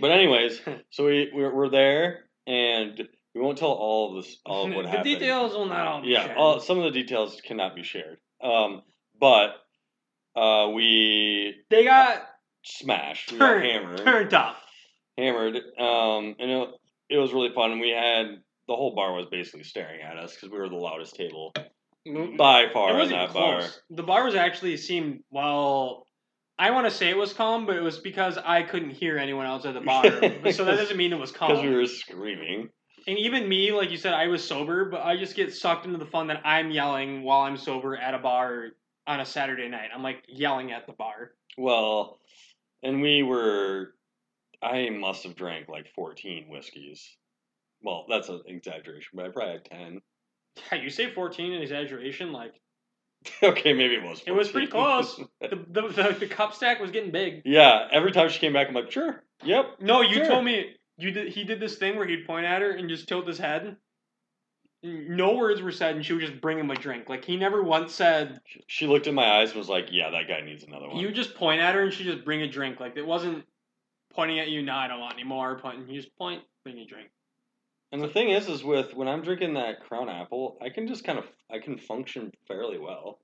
Speaker 2: But anyways, so we we're, we're there, and we won't tell all of this all of what
Speaker 1: (laughs) the
Speaker 2: happened.
Speaker 1: details will not all be
Speaker 2: Yeah,
Speaker 1: shared.
Speaker 2: all, some of the details cannot be shared. Um, but uh, we
Speaker 1: they got
Speaker 2: smashed. We got
Speaker 1: turned
Speaker 2: hammered.
Speaker 1: turned up.
Speaker 2: hammered. Um, and it, it was really fun. We had the whole bar was basically staring at us because we were the loudest table by far
Speaker 1: Mm-hmm. it
Speaker 2: in
Speaker 1: wasn't
Speaker 2: that
Speaker 1: close.
Speaker 2: bar.
Speaker 1: The bar was actually seemed well. I want to say it was calm, but it was because I couldn't hear anyone else at
Speaker 2: (laughs)
Speaker 1: the bar. so that doesn't mean it was calm.
Speaker 2: Because we were screaming.
Speaker 1: And even me, like you said, I was sober, but I just get sucked into the fun that I'm yelling while I'm sober at a bar on a Saturday night. I'm like yelling at the bar. (laughs)
Speaker 2: Well, and we were. I must have drank like fourteen whiskeys. Well, that's an exaggeration, but I probably had ten. (laughs)
Speaker 1: Yeah, you say 14 in exaggeration, like
Speaker 2: okay, maybe it was. 14.
Speaker 1: it was pretty close. the, the, the the cup stack was getting big.
Speaker 2: (laughs) yeah. Every time she came back, I'm like, sure. Yep.
Speaker 1: No, you
Speaker 2: Sure.
Speaker 1: told me you did. He did this thing where he'd point at her and just tilt his head. No words were said, and she would just bring him a drink. Like he never once said.
Speaker 2: She looked in my eyes and was like, "Yeah, that guy needs another one."
Speaker 1: You just point at her, and she just bring a drink. Like it wasn't pointing at you. No, I don't want anymore. Pointing, you just point, bring a drink.
Speaker 2: And the thing is, is with when I'm drinking that Crown Apple, I can just kind of I can function fairly well.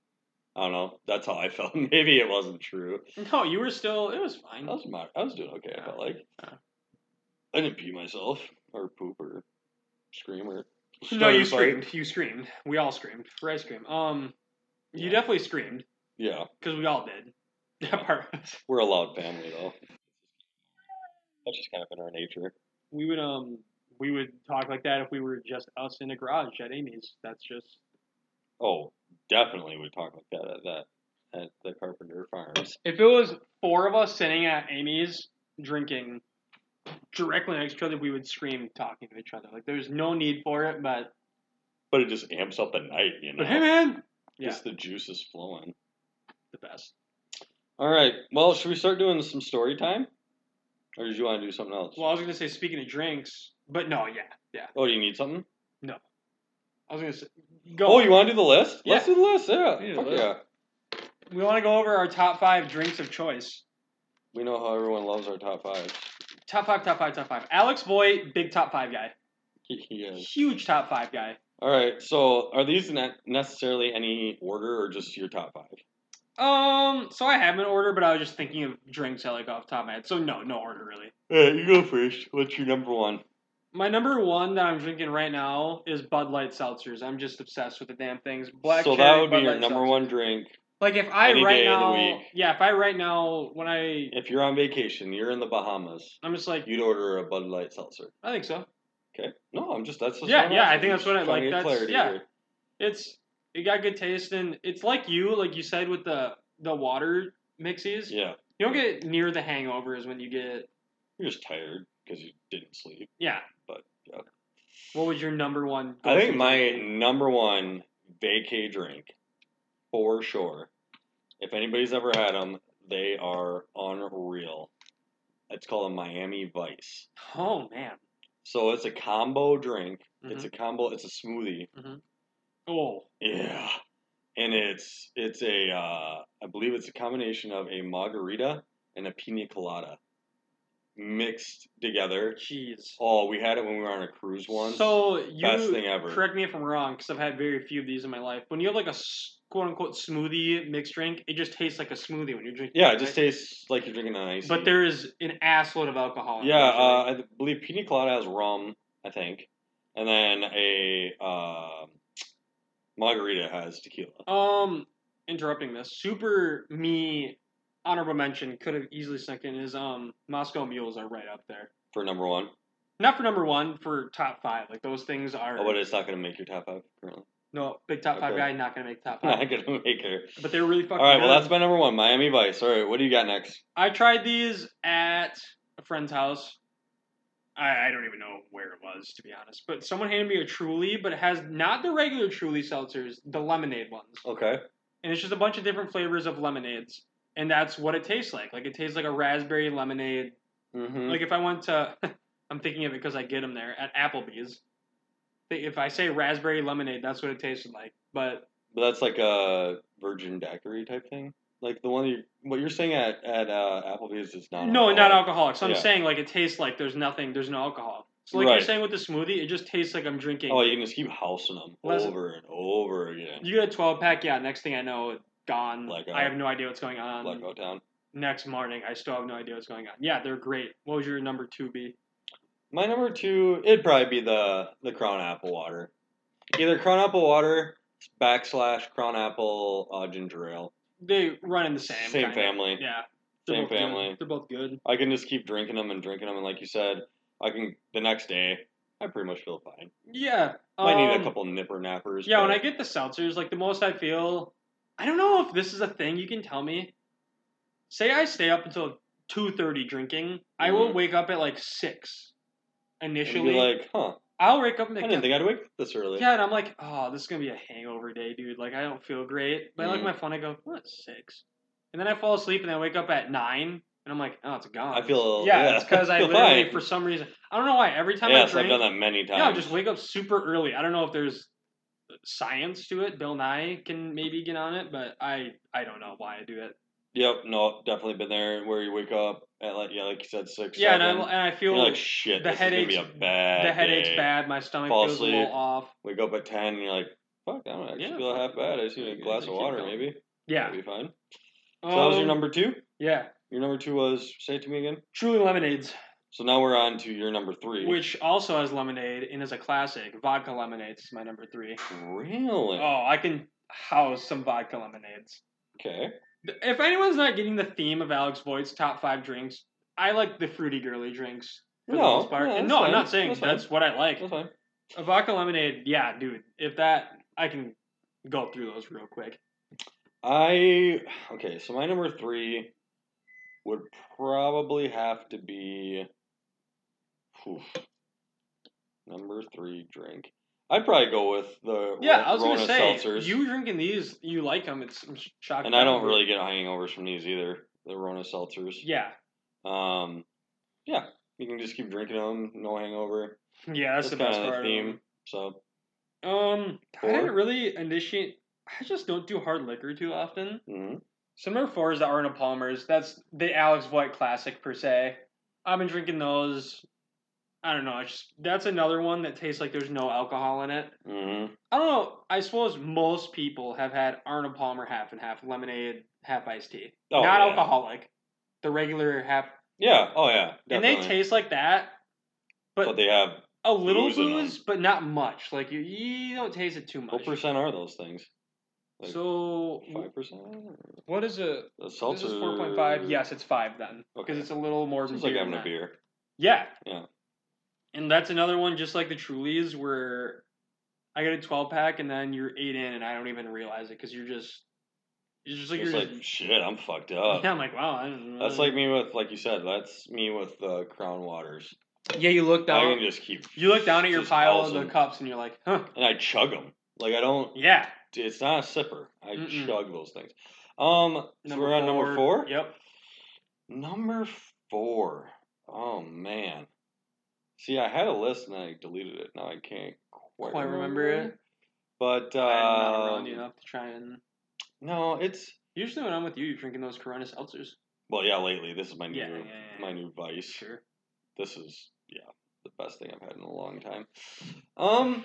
Speaker 2: I don't know. That's how I felt. (laughs) Maybe it wasn't true.
Speaker 1: No, you were still. It was fine.
Speaker 2: I was mo- I was doing okay. I felt like
Speaker 1: Yeah.
Speaker 2: I didn't pee myself or poop or scream or.
Speaker 1: (laughs) No,
Speaker 2: start a
Speaker 1: you
Speaker 2: fight.
Speaker 1: screamed. You screamed. We all screamed. For ice cream. Um, you
Speaker 2: Yeah.
Speaker 1: definitely screamed
Speaker 2: Yeah,
Speaker 1: because we all did. (laughs) That part. was-
Speaker 2: we're a loud family though. That's just kind of in our nature.
Speaker 1: We would um we would talk like that if we were just us in a garage at Amy's. That's just
Speaker 2: Oh, definitely we talk like that at that at the Carpenter Farms.
Speaker 1: if it was four of us sitting at Amy's drinking directly next to each other, we would scream talking to each other. Like there's no need for it, but
Speaker 2: But it just amps up the night, you know.
Speaker 1: but hey man, yeah,
Speaker 2: Just the juice is flowing.
Speaker 1: the best.
Speaker 2: All right. Well, should we start doing some story time, or did you want to do something else?
Speaker 1: Well, I was gonna say speaking of drinks, but no, yeah, yeah.
Speaker 2: oh, do you need something?
Speaker 1: I was gonna say go.
Speaker 2: Oh, you want to do the list?
Speaker 1: Yeah.
Speaker 2: Let's do the list. Yeah.
Speaker 1: Yeah,
Speaker 2: Fuck
Speaker 1: let's-
Speaker 2: yeah.
Speaker 1: we want to go over our top five drinks of choice.
Speaker 2: We know how everyone loves our top five. (laughs)
Speaker 1: Top five, top five, top five. Alex Voigt, big top five guy.
Speaker 2: yes.
Speaker 1: Huge top five guy.
Speaker 2: All right. So, are these not necessarily any order, or just your top five?
Speaker 1: Um, so I have an order, but I was just thinking of drinks I like off the top of my head. So no, no order really.
Speaker 2: All right, you go first. What's your number one?
Speaker 1: My number one that I'm drinking right now is Bud Light seltzers. I'm just obsessed with the damn things. Black
Speaker 2: so
Speaker 1: cherry,
Speaker 2: that would be
Speaker 1: Bud
Speaker 2: your
Speaker 1: Light
Speaker 2: number
Speaker 1: seltzer.
Speaker 2: one drink.
Speaker 1: Like if I
Speaker 2: any
Speaker 1: right
Speaker 2: day of the
Speaker 1: now,
Speaker 2: week.
Speaker 1: yeah, if I right now when I,
Speaker 2: If you're on vacation, you're in the Bahamas,
Speaker 1: I'm just like,
Speaker 2: you'd order a Bud Light seltzer.
Speaker 1: I think so.
Speaker 2: Okay. No, I'm just that's just
Speaker 1: Yeah,
Speaker 2: what I'm
Speaker 1: yeah, I
Speaker 2: asking.
Speaker 1: think
Speaker 2: I'm
Speaker 1: that's what I
Speaker 2: just trying to
Speaker 1: like.
Speaker 2: get
Speaker 1: That's-
Speaker 2: clarity
Speaker 1: yeah.
Speaker 2: here.
Speaker 1: It's it got good taste and it's like you, like you said with the the water mixies.
Speaker 2: Yeah.
Speaker 1: You don't get near the hangovers when you get
Speaker 2: You're just tired because you didn't sleep.
Speaker 1: Yeah.
Speaker 2: But, yeah.
Speaker 1: What was your number one?
Speaker 2: I think my number one vacay drink, for sure, if anybody's ever had them, they are unreal. It's called a Miami Vice.
Speaker 1: Oh man.
Speaker 2: So it's a combo drink. It's
Speaker 1: Mhm.
Speaker 2: a combo. It's a smoothie.
Speaker 1: Oh.
Speaker 2: Yeah, and it's it's a uh, I believe it's a combination of a margarita and a pina colada mixed together.
Speaker 1: Jeez.
Speaker 2: Oh, we had it when we were on a cruise once.
Speaker 1: So you
Speaker 2: Best thing ever.
Speaker 1: correct me if I'm wrong, because I've had very few of these in my life. When you have like a s- quote unquote smoothie mixed drink, it just tastes like a smoothie when you're drinking.
Speaker 2: yeah, it just
Speaker 1: right?
Speaker 2: tastes like you're drinking an ice.
Speaker 1: But there is an assload of alcohol. in it,
Speaker 2: Yeah, uh,
Speaker 1: usually.
Speaker 2: I th- believe pina colada has rum, I think, and then a uh, margarita has tequila.
Speaker 1: um, interrupting this. Super me honorable mention could have easily snuck in is um Moscow Mules are right up there.
Speaker 2: for number one.
Speaker 1: Not for number one, for top five. Like those things are.
Speaker 2: Oh, but it's not going to make your top five currently. (laughs)
Speaker 1: No, big top five
Speaker 2: Okay.
Speaker 1: guy, not gonna
Speaker 2: (laughs)
Speaker 1: make top five.
Speaker 2: Not going to make her.
Speaker 1: But they're really fucking.
Speaker 2: All right,
Speaker 1: good.
Speaker 2: well, that's my number one, Miami Vice. All right, what do you got next?
Speaker 1: I tried these at a friend's house. I, I don't even know where it was, to be honest. But someone handed me a Truly, but it has not the regular Truly seltzers, the lemonade ones.
Speaker 2: Okay.
Speaker 1: And it's just a bunch of different flavors of lemonades. And that's what it tastes like. Like, it tastes like a raspberry lemonade.
Speaker 2: Mm-hmm.
Speaker 1: Like, if I went to, (laughs) I'm thinking of it because I get them there at Applebee's. They- If I say raspberry lemonade, that's what it tasted like. But
Speaker 2: but that's like a virgin daiquiri type thing. Like the one you, what you're saying at at uh, Applebee's is not.
Speaker 1: no, not
Speaker 2: alcohol.
Speaker 1: alcoholic. So I'm
Speaker 2: Yeah.
Speaker 1: saying, like, it tastes like there's nothing, there's no alcohol. So, like you're
Speaker 2: Right.
Speaker 1: saying with the smoothie, it just tastes like I'm drinking.
Speaker 2: Oh, you can just keep housing them
Speaker 1: Listen-
Speaker 2: over and over again.
Speaker 1: You get a 12 pack, yeah. Next thing I know, gone.
Speaker 2: Blackout.
Speaker 1: I have no idea what's going on.
Speaker 2: Blackout down.
Speaker 1: Next morning, I still have no idea what's going on. Yeah, they're great. What was your number two be?
Speaker 2: My number two, it'd probably be the the Crown Apple Water, either Crown Apple Water backslash Crown Apple uh, Ginger Ale.
Speaker 1: They run in the same.
Speaker 2: Same
Speaker 1: kinda.
Speaker 2: family.
Speaker 1: Yeah. They're
Speaker 2: Same
Speaker 1: both good.
Speaker 2: family.
Speaker 1: They're both good.
Speaker 2: I can just keep drinking them and drinking them, and like you said, I can the next day. I pretty much feel fine.
Speaker 1: Yeah.
Speaker 2: Might need
Speaker 1: um,
Speaker 2: a couple nipper nappers.
Speaker 1: Yeah,
Speaker 2: but
Speaker 1: when I get the seltzers, like the most I feel, I don't know if this is a thing you can tell me. Say I stay up until 2.30 drinking, I will
Speaker 2: Mhm.
Speaker 1: wake up at like 6
Speaker 2: and be
Speaker 1: initially.
Speaker 2: like, huh,
Speaker 1: I'll wake up and
Speaker 2: I
Speaker 1: be
Speaker 2: didn't
Speaker 1: like,
Speaker 2: think I'd wake up this early.
Speaker 1: Yeah, and I'm like, oh, this is gonna be a hangover day, dude. Like, I don't feel great. But I look at
Speaker 2: Mhm.
Speaker 1: my phone, I go, what six? And then I fall asleep, and I wake up at nine, and I'm like, oh, it's gone.
Speaker 2: I feel
Speaker 1: yeah,
Speaker 2: yeah (laughs)
Speaker 1: it's because I
Speaker 2: feel
Speaker 1: literally,
Speaker 2: fine.
Speaker 1: for some reason, I don't know why. Every time
Speaker 2: yes,
Speaker 1: I drink,
Speaker 2: I've done that many times.
Speaker 1: yeah, I just wake up super early. I don't know if there's uh, science to it. Bill Nye can maybe get on it, but I, I don't know why I do it.
Speaker 2: Yep, no, definitely been there where you wake up at like yeah, like you said, six.
Speaker 1: Yeah, and I,
Speaker 2: seven,
Speaker 1: and I feel
Speaker 2: you're like shit.
Speaker 1: the
Speaker 2: this is gonna be
Speaker 1: headaches-
Speaker 2: a bad.
Speaker 1: the headache's
Speaker 2: day."
Speaker 1: bad. My stomach
Speaker 2: Fall
Speaker 1: feels a little
Speaker 2: asleep.
Speaker 1: off.
Speaker 2: Wake up at ten, and you're like, fuck, I don't actually
Speaker 1: Yeah,
Speaker 2: feel half
Speaker 1: fuck.
Speaker 2: bad. I just need a
Speaker 1: Yeah,
Speaker 2: glass
Speaker 1: I
Speaker 2: of
Speaker 1: keep
Speaker 2: water,
Speaker 1: going.
Speaker 2: maybe.
Speaker 1: Yeah.
Speaker 2: that'll be fine. So that was your
Speaker 1: Um,
Speaker 2: number two.
Speaker 1: Yeah,
Speaker 2: Your number two was say it to me again.
Speaker 1: truly lemonades.
Speaker 2: So now we're on to your number three.
Speaker 1: which also has lemonade and is a classic. Vodka lemonade is my number three.
Speaker 2: really?
Speaker 1: Oh, I can house some vodka lemonades.
Speaker 2: Okay.
Speaker 1: If anyone's not getting the theme of Alex Voigt's top five drinks, I like the fruity girly drinks for the
Speaker 2: No,
Speaker 1: most part.
Speaker 2: no,
Speaker 1: And
Speaker 2: that's
Speaker 1: No, I'm
Speaker 2: fine.
Speaker 1: not saying
Speaker 2: That's
Speaker 1: that's,
Speaker 2: fine.
Speaker 1: what I like.
Speaker 2: That's fine.
Speaker 1: A vodka lemonade, yeah, dude. If that, I can go through those real quick.
Speaker 2: I okay, so my number three would probably have to be whew, number three drink. I'd probably go with the
Speaker 1: Yeah,
Speaker 2: Ro-
Speaker 1: I was gonna
Speaker 2: Rona
Speaker 1: say
Speaker 2: seltzers,
Speaker 1: you drinking these, you like them. It's I'm shocking.
Speaker 2: and I don't really get hangovers from these either. The Rona seltzers.
Speaker 1: Yeah, (laughs)
Speaker 2: Um, yeah, you can just keep drinking them, no hangover.
Speaker 1: yeah, that's, the best
Speaker 2: kinda
Speaker 1: part. of them.
Speaker 2: theme. So
Speaker 1: Um, I
Speaker 2: Four?
Speaker 1: didn't really initiate. I just don't do hard liquor too often.
Speaker 2: mhm.
Speaker 1: So number four is the Arnold Palmer's. That's the Alex White classic per se. I've been drinking those. I don't know. It's just, that's another one that tastes like there's no alcohol in it.
Speaker 2: Mhm.
Speaker 1: I don't know. I suppose most people have had Arnold Palmer half and half lemonade, half iced tea.
Speaker 2: Oh,
Speaker 1: Not
Speaker 2: yeah.
Speaker 1: alcoholic. The regular half,
Speaker 2: Yeah. Oh yeah.
Speaker 1: and
Speaker 2: Definitely.
Speaker 1: they taste like that, but,
Speaker 2: But they have
Speaker 1: a little
Speaker 2: booze in 'em.
Speaker 1: booze, but not much. Like you, you don't taste it too much.
Speaker 2: what percent are those things? like,
Speaker 1: so
Speaker 2: Five percent.
Speaker 1: What is it?
Speaker 2: The
Speaker 1: Mm. This
Speaker 2: seltzer.
Speaker 1: is four point five. Yes, it's five then, because
Speaker 2: Okay.
Speaker 1: it's a little more.
Speaker 2: This is
Speaker 1: than
Speaker 2: like
Speaker 1: beer
Speaker 2: having
Speaker 1: than
Speaker 2: a
Speaker 1: that.
Speaker 2: beer.
Speaker 1: Yeah.
Speaker 2: Yeah.
Speaker 1: And that's another one, just like the Trulies, where I get a twelve pack and then you're eight in, and I don't even realize it because you're just It's just like
Speaker 2: It's
Speaker 1: you're
Speaker 2: like,
Speaker 1: just,
Speaker 2: shit, I'm fucked up.
Speaker 1: (laughs) yeah. I'm like, wow. I don't
Speaker 2: That's
Speaker 1: really-
Speaker 2: like me with, like you said, that's me with uh, Crown Waters.
Speaker 1: yeah. You look
Speaker 2: I
Speaker 1: down.
Speaker 2: can just keep.
Speaker 1: You look down at your
Speaker 2: just
Speaker 1: pile
Speaker 2: balls
Speaker 1: of the
Speaker 2: 'em,
Speaker 1: cups and you're like, huh.
Speaker 2: and I chug them. Like I don't.
Speaker 1: Yeah.
Speaker 2: It's not a sipper. I
Speaker 1: Mm-mm.
Speaker 2: chug those things. Um, so we're on number four.
Speaker 1: Yep.
Speaker 2: Number four. Oh man. See, I had a list and I deleted it. Now I can't quite,
Speaker 1: Quite remember it.
Speaker 2: But
Speaker 1: I'm not around you
Speaker 2: um,
Speaker 1: enough to try and.
Speaker 2: no, it's
Speaker 1: Usually when I'm with you, you're drinking those Corona seltzers.
Speaker 2: well, yeah. Lately, this is my new
Speaker 1: Yeah, yeah, yeah,
Speaker 2: my
Speaker 1: yeah.
Speaker 2: new vice.
Speaker 1: Sure.
Speaker 2: This is yeah the best thing I've had in a long time. Um,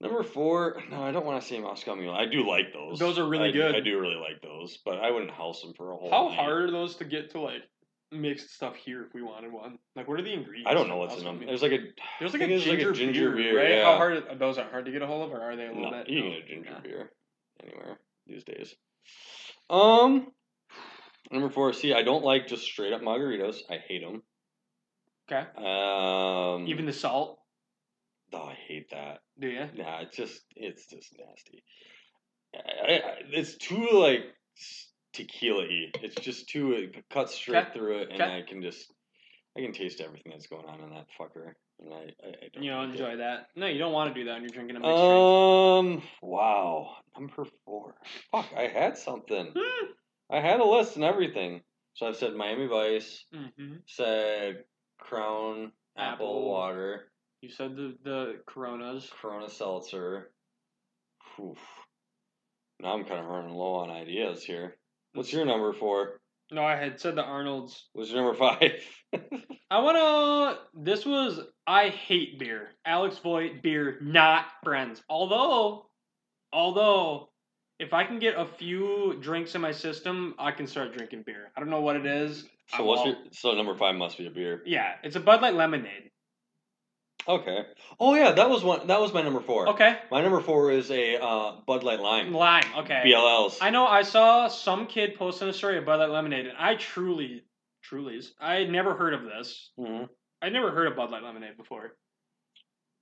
Speaker 2: number four. No, I don't want to say Moscow Mule. I do like those.
Speaker 1: Those are really
Speaker 2: I-
Speaker 1: good.
Speaker 2: I do really like those, but I wouldn't house them for a whole.
Speaker 1: How
Speaker 2: night.
Speaker 1: hard are those to get to like mixed stuff here if we wanted one? Like, what are the ingredients?
Speaker 2: I don't know what's
Speaker 1: that
Speaker 2: in
Speaker 1: those
Speaker 2: them.
Speaker 1: would be?
Speaker 2: There's like a
Speaker 1: There's
Speaker 2: I
Speaker 1: like a,
Speaker 2: think it's like a
Speaker 1: ginger
Speaker 2: ginger
Speaker 1: beer,
Speaker 2: beer,
Speaker 1: right?
Speaker 2: yeah.
Speaker 1: How hard are those aren't hard to get a hold of, or are they a little
Speaker 2: no,
Speaker 1: bit?
Speaker 2: you can
Speaker 1: No.
Speaker 2: get a ginger
Speaker 1: Yeah.
Speaker 2: beer anywhere these days. Um, number four. See, I don't like just straight up margaritas. I hate them.
Speaker 1: Okay.
Speaker 2: Um,
Speaker 1: Even the salt,
Speaker 2: oh, I hate that.
Speaker 1: do you?
Speaker 2: Nah, it's just it's just nasty. I, I, it's too like tequila y. It's just too it cuts straight
Speaker 1: Okay.
Speaker 2: through it, and
Speaker 1: Okay.
Speaker 2: I can just I can taste everything that's going on in that fucker, and I, I, I don't
Speaker 1: You don't
Speaker 2: like it.
Speaker 1: enjoy that. No, you don't want to do that when you're drinking a mixed
Speaker 2: Um. Wow. Number four. Fuck. I had something.
Speaker 1: drink.
Speaker 2: I had a list and everything. So I've said Miami Vice.
Speaker 1: Mm-hmm.
Speaker 2: Said Crown Apple,
Speaker 1: Apple.
Speaker 2: Water.
Speaker 1: You said the the Coronas.
Speaker 2: Corona Seltzer. Oof. Now I'm kind of running low on ideas here. What's your number four?
Speaker 1: No, I had said the Arnold's.
Speaker 2: What's your number (laughs) five?
Speaker 1: I wanna. This was I hate beer. Alex Voigt beer, not friends. Although, although, if I can get a few drinks in my system, I can start drinking beer. I don't know what it is.
Speaker 2: so
Speaker 1: I'm
Speaker 2: what's
Speaker 1: all-
Speaker 2: your? So number five must be a beer.
Speaker 1: Yeah, it's a Bud Light lemonade.
Speaker 2: Okay. Oh yeah, that was one. That was my number four.
Speaker 1: Okay,
Speaker 2: My number four is a uh, Bud Light Lime.
Speaker 1: lime. Okay.
Speaker 2: BLLs.
Speaker 1: I know I saw some kid posting a story of Bud Light lemonade, and I truly, truly's. I had never heard of this.
Speaker 2: Mhm.
Speaker 1: I'd never heard of Bud Light lemonade before.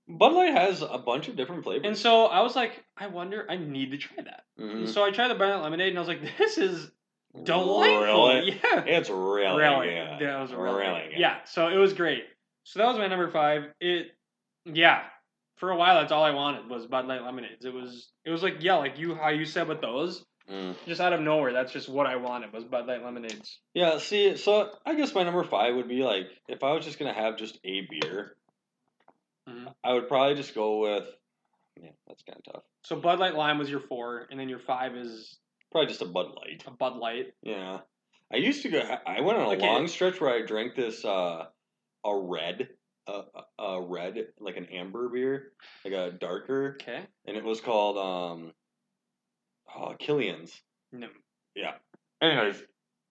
Speaker 2: Bud Light has a bunch of different flavors. Mm-hmm.
Speaker 1: And so I was like, I wonder, I need to try that. And so I tried the Burnett Lemonade and I was like, this is
Speaker 2: Mhm.
Speaker 1: delightful.
Speaker 2: Really?
Speaker 1: Yeah.
Speaker 2: It's really,
Speaker 1: (laughs) Really.
Speaker 2: good.
Speaker 1: That was really,
Speaker 2: Really
Speaker 1: good.
Speaker 2: good.
Speaker 1: Yeah. So it was great. So that was my number five. It, yeah. For a while, that's all I wanted was Bud Light lemonades. It was, it was like, yeah, like you, how you said with those,
Speaker 2: Mm.
Speaker 1: just out of nowhere, that's just what I wanted was Bud Light lemonades.
Speaker 2: Yeah, see, so I guess my number five would be like if I was just gonna have just a beer,
Speaker 1: Mhm.
Speaker 2: I would probably just go with man, that's kinda tough.
Speaker 1: So Bud Light Lime was your four, and then your five is
Speaker 2: Probably just a Bud Light.
Speaker 1: a Bud Light.
Speaker 2: Yeah. I used to go I I went on a
Speaker 1: Okay.
Speaker 2: long stretch where I drank this uh a red a, a- a red like an amber beer, like a darker,
Speaker 1: Okay.
Speaker 2: and it was called um uh Killian's.
Speaker 1: No.
Speaker 2: Anyways,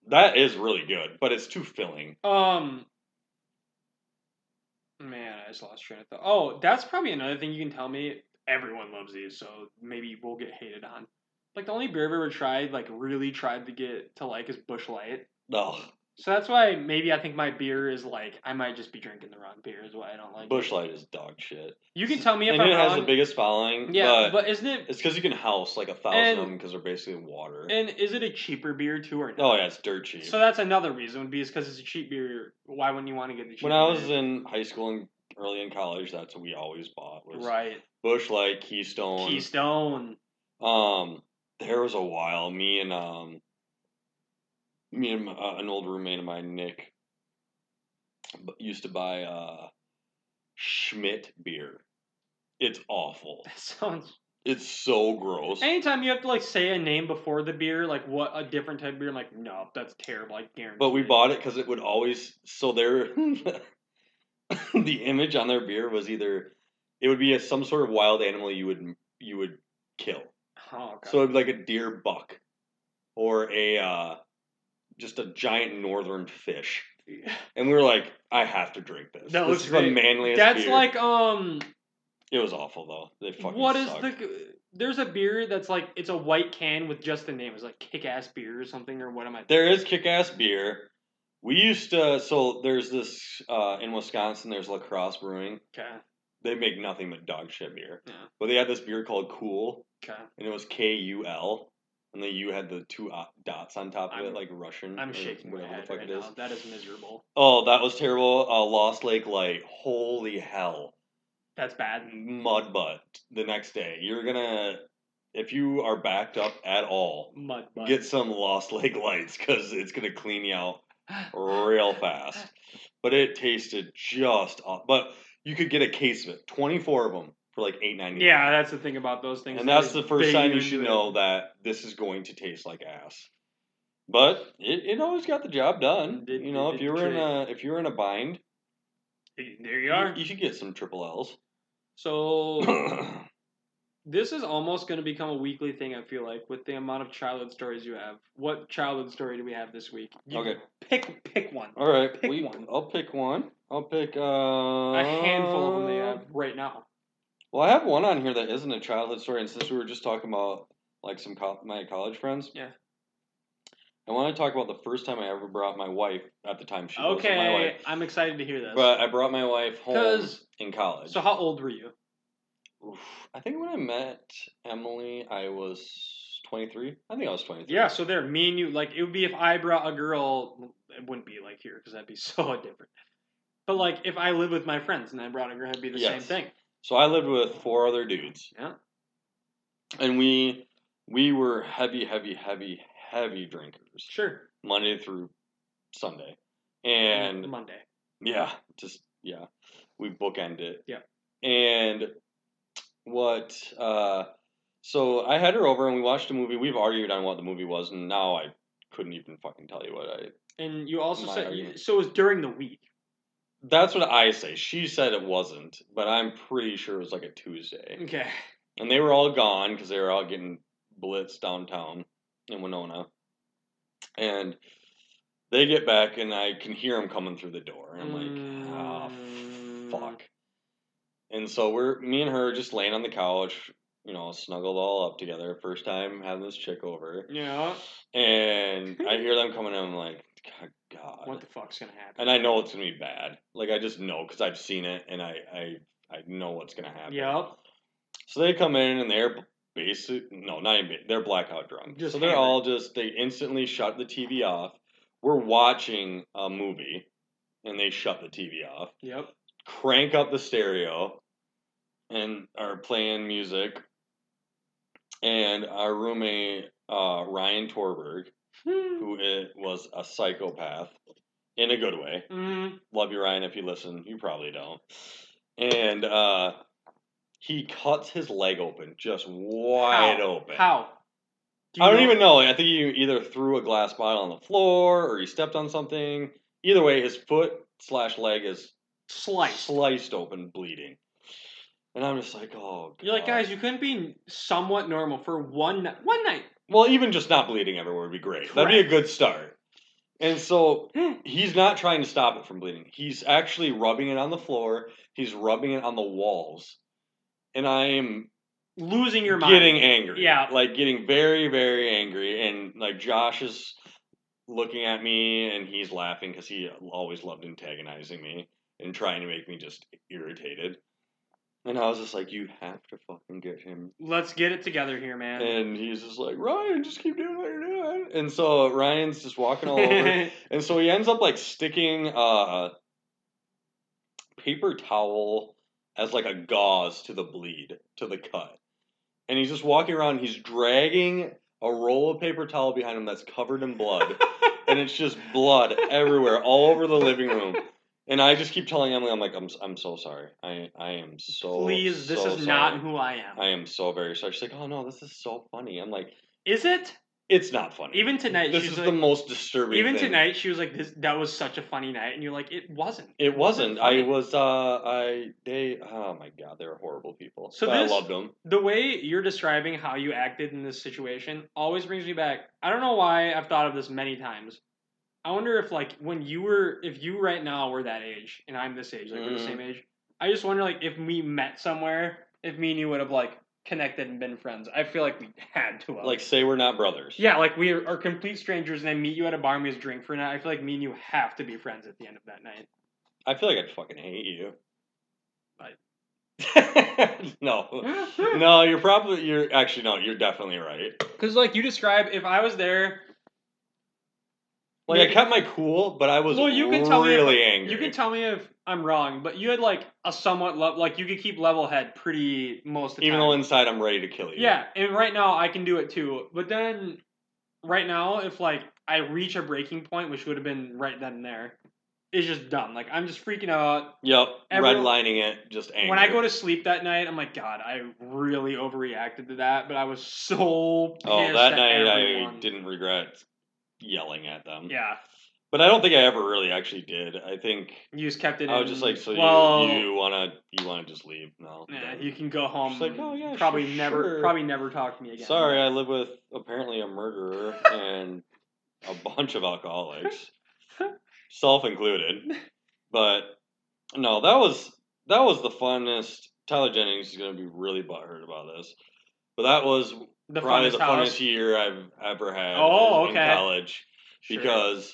Speaker 2: that is really good, but it's too filling.
Speaker 1: Um. Man, I just lost train of thought. Oh, that's probably another thing you can tell me. Everyone loves these, so maybe we'll get hated on. Like the only beer I've ever tried, like really tried to get to like, is Bush Light.
Speaker 2: Ugh,
Speaker 1: So that's why maybe I think my beer is like I might just be drinking the wrong beer is why I don't like it.
Speaker 2: Bushlight is dog shit.
Speaker 1: You can tell me if
Speaker 2: and
Speaker 1: I'm
Speaker 2: it
Speaker 1: wrong.
Speaker 2: has the biggest following.
Speaker 1: yeah,
Speaker 2: but,
Speaker 1: but, isn't it?
Speaker 2: it's because you can house like a thousand
Speaker 1: And-
Speaker 2: of them because they're basically water.
Speaker 1: And is it a cheaper beer too or
Speaker 2: oh
Speaker 1: not?
Speaker 2: yeah, it's dirt cheap.
Speaker 1: So that's another reason would be is because it's a cheap beer. Why wouldn't you want to get the cheap?
Speaker 2: when I was in high school and early in college, that's what we always bought was
Speaker 1: right,
Speaker 2: Bushlight, Keystone.
Speaker 1: Keystone. (laughs)
Speaker 2: Um, there was a while me and um, me and my, uh, an old roommate of mine, Nick, b- used to buy uh, Schmidt beer. It's awful.
Speaker 1: That sounds.
Speaker 2: It's so gross.
Speaker 1: Anytime you have to like say a name before the beer, like what a different type of beer, I'm like no, that's terrible. I guarantee.
Speaker 2: But we
Speaker 1: it.
Speaker 2: bought it because it would always. So their (laughs) the image on their beer was either it would be a, some sort of wild animal you would you would kill.
Speaker 1: Oh, okay.
Speaker 2: So it'd be like a deer buck, or a uh, just a giant northern fish. And we were like, I have to drink this.
Speaker 1: That
Speaker 2: this
Speaker 1: looks
Speaker 2: is the
Speaker 1: great.
Speaker 2: manliest.
Speaker 1: that's
Speaker 2: beer."
Speaker 1: like um,
Speaker 2: it was awful though. They fucking
Speaker 1: what is
Speaker 2: sucked.
Speaker 1: the? There's a beer that's like it's a white can with just the name. It's like kick ass beer or something or what am I?
Speaker 2: There is kick-ass beer. We used to. So there's this uh, in Wisconsin. There's Lacrosse Brewing.
Speaker 1: Okay,
Speaker 2: They make nothing but dog shit beer.
Speaker 1: Yeah.
Speaker 2: But they had this beer called Cool,
Speaker 1: okay.
Speaker 2: and it was K U L, and then you had the two o- dots on top of
Speaker 1: I'm-
Speaker 2: it, like Russian.
Speaker 1: I'm
Speaker 2: Mm, or
Speaker 1: shaking my
Speaker 2: whatever
Speaker 1: head
Speaker 2: the fuck
Speaker 1: right
Speaker 2: it is.
Speaker 1: now. That is miserable.
Speaker 2: Oh, that was terrible. Uh, Lost Lake Light. Holy hell.
Speaker 1: That's bad.
Speaker 2: Mud butt the next day. You're gonna, if you are backed up at all,
Speaker 1: Mud butt.
Speaker 2: get some Lost Lake Lights because it's gonna clean you
Speaker 1: (laughs)
Speaker 2: out real fast. But it tasted just. aw- But you could get a case of it, 24 of them for like eight ninety.
Speaker 1: Yeah, that's the thing about those things.
Speaker 2: and that's
Speaker 1: They-
Speaker 2: the first
Speaker 1: they
Speaker 2: sign you
Speaker 1: usually-
Speaker 2: should know that this is going to taste like ass. But it, it always got the job done.
Speaker 1: Did-
Speaker 2: you know,
Speaker 1: did
Speaker 2: if
Speaker 1: the
Speaker 2: you were in
Speaker 1: trick.
Speaker 2: a if you were in a bind,
Speaker 1: There you are.
Speaker 2: you should get some triple L's. (laughs) (clears throat)
Speaker 1: So this is almost going to become a weekly thing. I feel like with the amount of childhood stories you have. What childhood story do we have this week? You
Speaker 2: Okay.
Speaker 1: Pick pick one.
Speaker 2: All right,
Speaker 1: Pick
Speaker 2: we,
Speaker 1: one.
Speaker 2: I'll pick one. I'll pick uh,
Speaker 1: A handful of them they have right now.
Speaker 2: Well, I have one on here that isn't a childhood story, and since we were just talking about like some co- my college friends,
Speaker 1: Yeah.
Speaker 2: I want to talk about the first time I ever brought my wife. At the time, she wasn't my
Speaker 1: Okay,
Speaker 2: wife,
Speaker 1: I'm excited to hear this.
Speaker 2: but I brought my wife home
Speaker 1: 'Cause-
Speaker 2: in college.
Speaker 1: so how old were you?
Speaker 2: Oof. I think when I met Emily, I was 23. I think I was 23.
Speaker 1: Yeah, so there, me and you, like, it would be if I brought a girl, it wouldn't be like here because that'd be (laughs) so different. But like, if I lived with my friends and I brought a girl, it'd be the same
Speaker 2: Yes.
Speaker 1: thing.
Speaker 2: So I lived with four other dudes.
Speaker 1: Yeah.
Speaker 2: And we we were heavy, heavy, heavy, heavy drinkers
Speaker 1: Sure.
Speaker 2: Monday through Sunday, and
Speaker 1: Monday.
Speaker 2: yeah, just yeah, we bookend it.
Speaker 1: Yeah.
Speaker 2: And what? uh So I had her over and we watched a movie. We've argued on what the movie was, and now I couldn't even fucking tell you what I
Speaker 1: And you also
Speaker 2: My
Speaker 1: said you,
Speaker 2: argument.
Speaker 1: so it was during the week.
Speaker 2: That's what I say. She said it wasn't, but I'm pretty sure it was like a Tuesday.
Speaker 1: Okay.
Speaker 2: And they were all gone because they were all getting blitzed downtown in Winona. And they get back, and I can hear them coming through the door. And I'm like, oh,
Speaker 1: Mm.
Speaker 2: fuck. And so we're, me and her, just laying on the couch, you know, snuggled all up together. First time having this chick over.
Speaker 1: Mm, Yeah.
Speaker 2: And I hear them coming in, I'm like, God. God.
Speaker 1: What the fuck's gonna happen?
Speaker 2: and I know it's gonna be bad. Like I just know because I've seen it, and I, I I know what's gonna happen.
Speaker 1: Yep.
Speaker 2: So they come in and they're basic. No, not even. They're blackout drunk.
Speaker 1: Just
Speaker 2: so they're
Speaker 1: hammered.
Speaker 2: all just. They instantly shut the TV off. We're watching a movie, and they shut the TV off.
Speaker 1: Yep.
Speaker 2: Crank up the stereo, and are playing music. And our roommate uh, Ryan Torberg,
Speaker 1: Mm.
Speaker 2: who i was a psychopath in a good way
Speaker 1: Mm.
Speaker 2: love you ryan if you listen you probably don't and uh he cuts his leg open just wide open
Speaker 1: How? Do
Speaker 2: i don't
Speaker 1: know-
Speaker 2: even know i think he either threw a glass bottle on the floor or he stepped on something either way his foot slash leg is
Speaker 1: Slice.
Speaker 2: sliced open bleeding and i'm just like oh God.
Speaker 1: You're like, guys, you couldn't be somewhat normal for one night. One night.
Speaker 2: well even just not bleeding everywhere would be great that'd be a good start and so He's not trying to stop it from bleeding. He's actually rubbing it on the floor. He's rubbing it on the walls. And I am
Speaker 1: Losing your mind.
Speaker 2: getting angry.
Speaker 1: Yeah.
Speaker 2: Like getting very, very angry. And like Josh is looking at me and he's laughing because he always loved antagonizing me and trying to make me just irritated. And I was just like, you have to fucking get him
Speaker 1: Let's get it together here, man. (laughs)
Speaker 2: and he's just like, Ryan, just keep doing what you're doing. And so Ryan's just walking all
Speaker 1: (laughs)
Speaker 2: over. and so he ends up like sticking uh paper towel as like a gauze to the bleed, to the cut. And he's just walking around, he's dragging a roll of paper towel behind him that's covered in blood. and it's just blood everywhere, all over the living room. And I just keep telling Emily, I'm like, I'm, s- I'm so sorry. I, I am so.
Speaker 1: Please, this
Speaker 2: so
Speaker 1: is not
Speaker 2: sorry.
Speaker 1: who I am.
Speaker 2: I am so very sorry. She's like, oh no, this is so funny. I'm like,
Speaker 1: is it?
Speaker 2: it's not funny.
Speaker 1: Even tonight,
Speaker 2: this
Speaker 1: she's
Speaker 2: is
Speaker 1: like,
Speaker 2: the most disturbing.
Speaker 1: even
Speaker 2: thing.
Speaker 1: tonight, she was like, "This that was such a funny night," and you're like, "It wasn't."
Speaker 2: It wasn't.
Speaker 1: funny.
Speaker 2: I was. uh I they. Oh my god, they were horrible people.
Speaker 1: So
Speaker 2: So
Speaker 1: this-
Speaker 2: I loved them.
Speaker 1: The way you're describing how you acted in this situation always brings me back. I don't know why I've thought of this many times. I wonder if like when you were, if you right now were that age, and I'm this age, like we're the
Speaker 2: Mhm.
Speaker 1: same age. I just wonder like if we met somewhere, if me and you would have like connected and been friends. I feel like we had to have.
Speaker 2: Like say we're not brothers.
Speaker 1: Yeah, like we are, are complete strangers, and I meet you at a bar and we just drink for a night. I feel like me and you have to be friends at the end of that night.
Speaker 2: I feel like I'd fucking hate you. (laughs)
Speaker 1: (laughs)
Speaker 2: no, no, you're probably you're actually no, you're definitely right.
Speaker 1: Because like you describe, if I was there,
Speaker 2: Like I kept my cool, but I was
Speaker 1: Well, you can
Speaker 2: really
Speaker 1: tell me if-
Speaker 2: angry.
Speaker 1: you can tell me if I'm wrong, but you had like a somewhat level, like you could keep level head pretty most of the
Speaker 2: even
Speaker 1: time.
Speaker 2: though inside I'm ready to kill you.
Speaker 1: yeah, and right now I can do it too. But then, right now, if like I reach a breaking point, which would have been right then and there, it's just dumb. Like I'm just freaking out.
Speaker 2: Yep.
Speaker 1: Every-
Speaker 2: redlining it, just angry.
Speaker 1: When I go to sleep that night, I'm like, God, I really overreacted to that, but I was so pissed
Speaker 2: oh that
Speaker 1: at
Speaker 2: night I
Speaker 1: everyone.
Speaker 2: didn't regret yelling at them.
Speaker 1: Yeah,
Speaker 2: But I don't think I ever really actually did. I think
Speaker 1: you just kept it.
Speaker 2: I
Speaker 1: in.
Speaker 2: was just like, so you-
Speaker 1: well,
Speaker 2: you wanna you wanna just leave? No.
Speaker 1: yeah,
Speaker 2: done.
Speaker 1: you can go home.
Speaker 2: She's like, "Oh, yeah,
Speaker 1: probably
Speaker 2: sure,
Speaker 1: never,
Speaker 2: sure."
Speaker 1: probably never talk to me again.
Speaker 2: Sorry, I live with apparently a murderer and a bunch of
Speaker 1: (laughs)
Speaker 2: alcoholics, self included. But no, that was that was the funnest. Tyler Jennings is going to be really butthurt about this, but that was
Speaker 1: the
Speaker 2: probably
Speaker 1: funnest
Speaker 2: the
Speaker 1: house.
Speaker 2: funnest year I've ever had.
Speaker 1: Oh,
Speaker 2: in
Speaker 1: okay.
Speaker 2: college
Speaker 1: Sure.
Speaker 2: because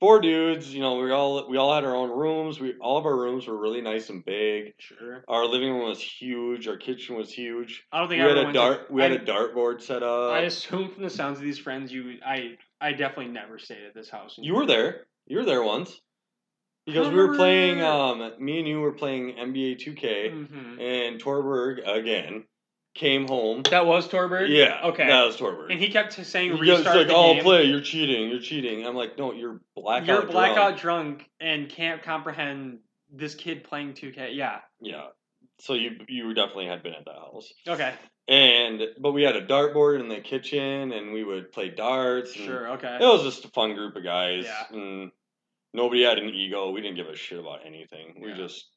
Speaker 2: four dudes, you know, we all we all had our own rooms. We all of our rooms were really nice and big.
Speaker 1: sure.
Speaker 2: Our living room was huge. Our kitchen was huge.
Speaker 1: I don't
Speaker 2: We
Speaker 1: think I
Speaker 2: had
Speaker 1: ever
Speaker 2: a
Speaker 1: went
Speaker 2: dart.
Speaker 1: To,
Speaker 2: we had
Speaker 1: I,
Speaker 2: a dartboard set up.
Speaker 1: I assume from the sounds of these friends, you, I, I definitely never stayed at this house.
Speaker 2: You were there. You were there once.
Speaker 1: I
Speaker 2: Because
Speaker 1: don't
Speaker 2: we were playing,
Speaker 1: remember.
Speaker 2: um, me and you were playing NBA 2K,
Speaker 1: Mhm.
Speaker 2: and Torberg, again, came home.
Speaker 1: That was Torberg.
Speaker 2: Yeah.
Speaker 1: Okay.
Speaker 2: That was Torberg.
Speaker 1: And he kept saying
Speaker 2: He goes,
Speaker 1: restart
Speaker 2: he's like,
Speaker 1: the
Speaker 2: oh,
Speaker 1: game.
Speaker 2: play, you're cheating, you're cheating. I'm like, no, you're blackout.
Speaker 1: You're blackout
Speaker 2: drunk."
Speaker 1: drunk. and can't comprehend this kid playing 2K. Yeah.
Speaker 2: Yeah. So you you definitely had been at that house.
Speaker 1: Okay.
Speaker 2: Mm-hmm. And, but we had a dartboard in the kitchen, and we would play darts. and
Speaker 1: Sure. Okay.
Speaker 2: It was just a fun group of guys.
Speaker 1: Yeah.
Speaker 2: And nobody had an ego. We didn't give a shit about anything. We
Speaker 1: Yeah.
Speaker 2: just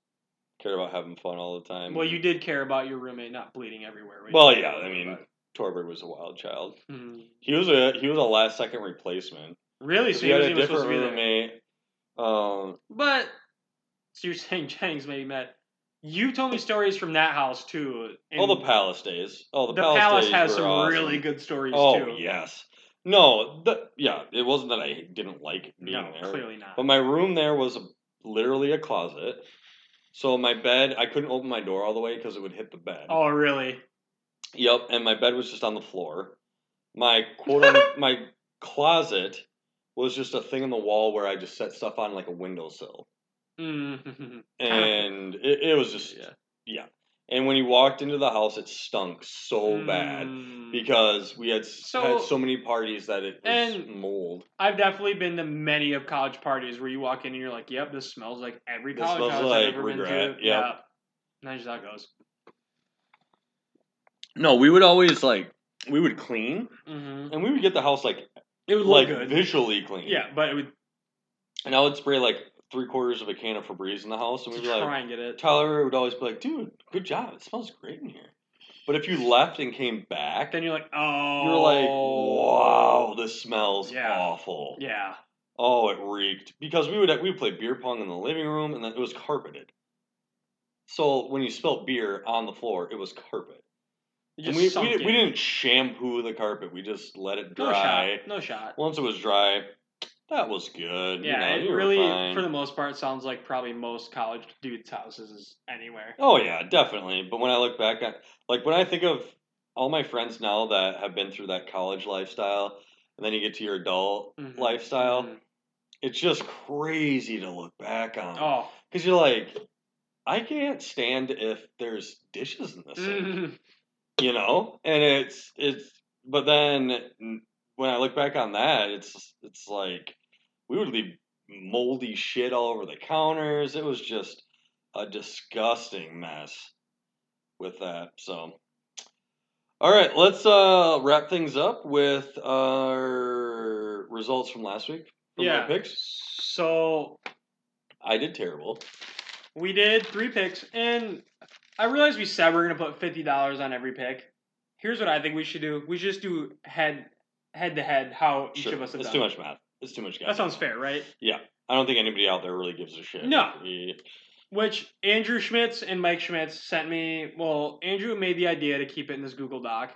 Speaker 2: cared about having fun all the time.
Speaker 1: Well, you did care about your roommate not bleeding everywhere. which-
Speaker 2: Well, yeah. I mean, Torberg was a wild child.
Speaker 1: Hmm.
Speaker 2: He was a he was a last second replacement.
Speaker 1: really? So
Speaker 2: He
Speaker 1: he
Speaker 2: had
Speaker 1: wasn't
Speaker 2: a
Speaker 1: even supposed
Speaker 2: different
Speaker 1: to be there.
Speaker 2: roommate. Um,
Speaker 1: But so you're (laughs) saying Jennings maybe met? You told me stories from that house too. and
Speaker 2: all the Palace days. Oh, the,
Speaker 1: the palace
Speaker 2: days
Speaker 1: has
Speaker 2: were
Speaker 1: some
Speaker 2: awesome.
Speaker 1: really good stories
Speaker 2: Oh
Speaker 1: too.
Speaker 2: yes. No, the, yeah. It wasn't that I didn't like being
Speaker 1: No,
Speaker 2: there.
Speaker 1: clearly not.
Speaker 2: But my room there was literally a closet. So my bed, I couldn't open my door all the way because it would hit the bed.
Speaker 1: oh, really?
Speaker 2: Yep, and my bed was just on the floor. My quote (laughs) un- my closet was just a thing in the wall where I just set stuff on like a windowsill.
Speaker 1: Mm.
Speaker 2: (laughs) And it, it was just
Speaker 1: Yeah.
Speaker 2: and when you walked into the house it stunk so bad
Speaker 1: Mm.
Speaker 2: because we had s
Speaker 1: So-
Speaker 2: had so many parties that it was
Speaker 1: And-
Speaker 2: mold.
Speaker 1: I've definitely been to many of college parties where you walk in and you're like, "Yep, this smells like every
Speaker 2: This
Speaker 1: college
Speaker 2: smells
Speaker 1: house
Speaker 2: like
Speaker 1: I've ever been
Speaker 2: regret,
Speaker 1: to."
Speaker 2: yep.
Speaker 1: Yeah. And that's just how it goes.
Speaker 2: No, we would always like we would clean
Speaker 1: hmm
Speaker 2: and we would get the house like
Speaker 1: It would
Speaker 2: like
Speaker 1: look good.
Speaker 2: visually clean.
Speaker 1: Yeah, but it would
Speaker 2: And I would spray like three quarters of a can of Febreze in the house and we'd be like
Speaker 1: try and get it.
Speaker 2: Tyler would always be like, dude, good job. It smells great in here. But if you left and came back,
Speaker 1: Then you're like, "Oh."
Speaker 2: you're like, wow, this smells
Speaker 1: Yeah.
Speaker 2: awful.
Speaker 1: Yeah.
Speaker 2: Oh, it reeked. Because we would we would play beer pong in the living room and then it was carpeted. So when you spilled beer on the floor, it was carpet. And
Speaker 1: It just
Speaker 2: we, we,
Speaker 1: sunk
Speaker 2: di-
Speaker 1: in.
Speaker 2: we didn't shampoo the carpet. We just let it
Speaker 1: No
Speaker 2: dry.
Speaker 1: shot. No shot.
Speaker 2: Once it was dry, that was good. you
Speaker 1: Yeah,
Speaker 2: know, you
Speaker 1: it
Speaker 2: were
Speaker 1: really,
Speaker 2: fine.
Speaker 1: for the most part, sounds like probably most college dudes' houses is anywhere.
Speaker 2: Oh yeah, definitely. But when I look back at like when I think of all my friends now that have been through that college lifestyle and then you get to your adult
Speaker 1: Mhm.
Speaker 2: lifestyle,
Speaker 1: Mhm.
Speaker 2: it's just crazy to look back on.
Speaker 1: Oh,
Speaker 2: Cuz you're like I can't stand if there's dishes in the sink,
Speaker 1: (laughs) Mhm.
Speaker 2: you know? And it's it's but then n- when I look back on that, it's it's like we would leave moldy shit all over the counters. It was just a disgusting mess with that. So, all right, let's uh, wrap things up with our results from last week. From my
Speaker 1: yeah.
Speaker 2: picks,
Speaker 1: So
Speaker 2: I did terrible.
Speaker 1: we did three picks, and I realized we said we are gonna put fifty dollars on every pick. Here's what I think we should do: we should just do head head to head how each
Speaker 2: Sure,
Speaker 1: of us have
Speaker 2: it's
Speaker 1: done.
Speaker 2: too much math. It's too much, guys.
Speaker 1: That sounds fair, right?
Speaker 2: I don't think anybody out there really gives a shit.
Speaker 1: No.
Speaker 2: We-
Speaker 1: Which Andrew Schmitz and Mike Schmitz sent me. Well, Andrew made the idea to keep it in this Google Doc.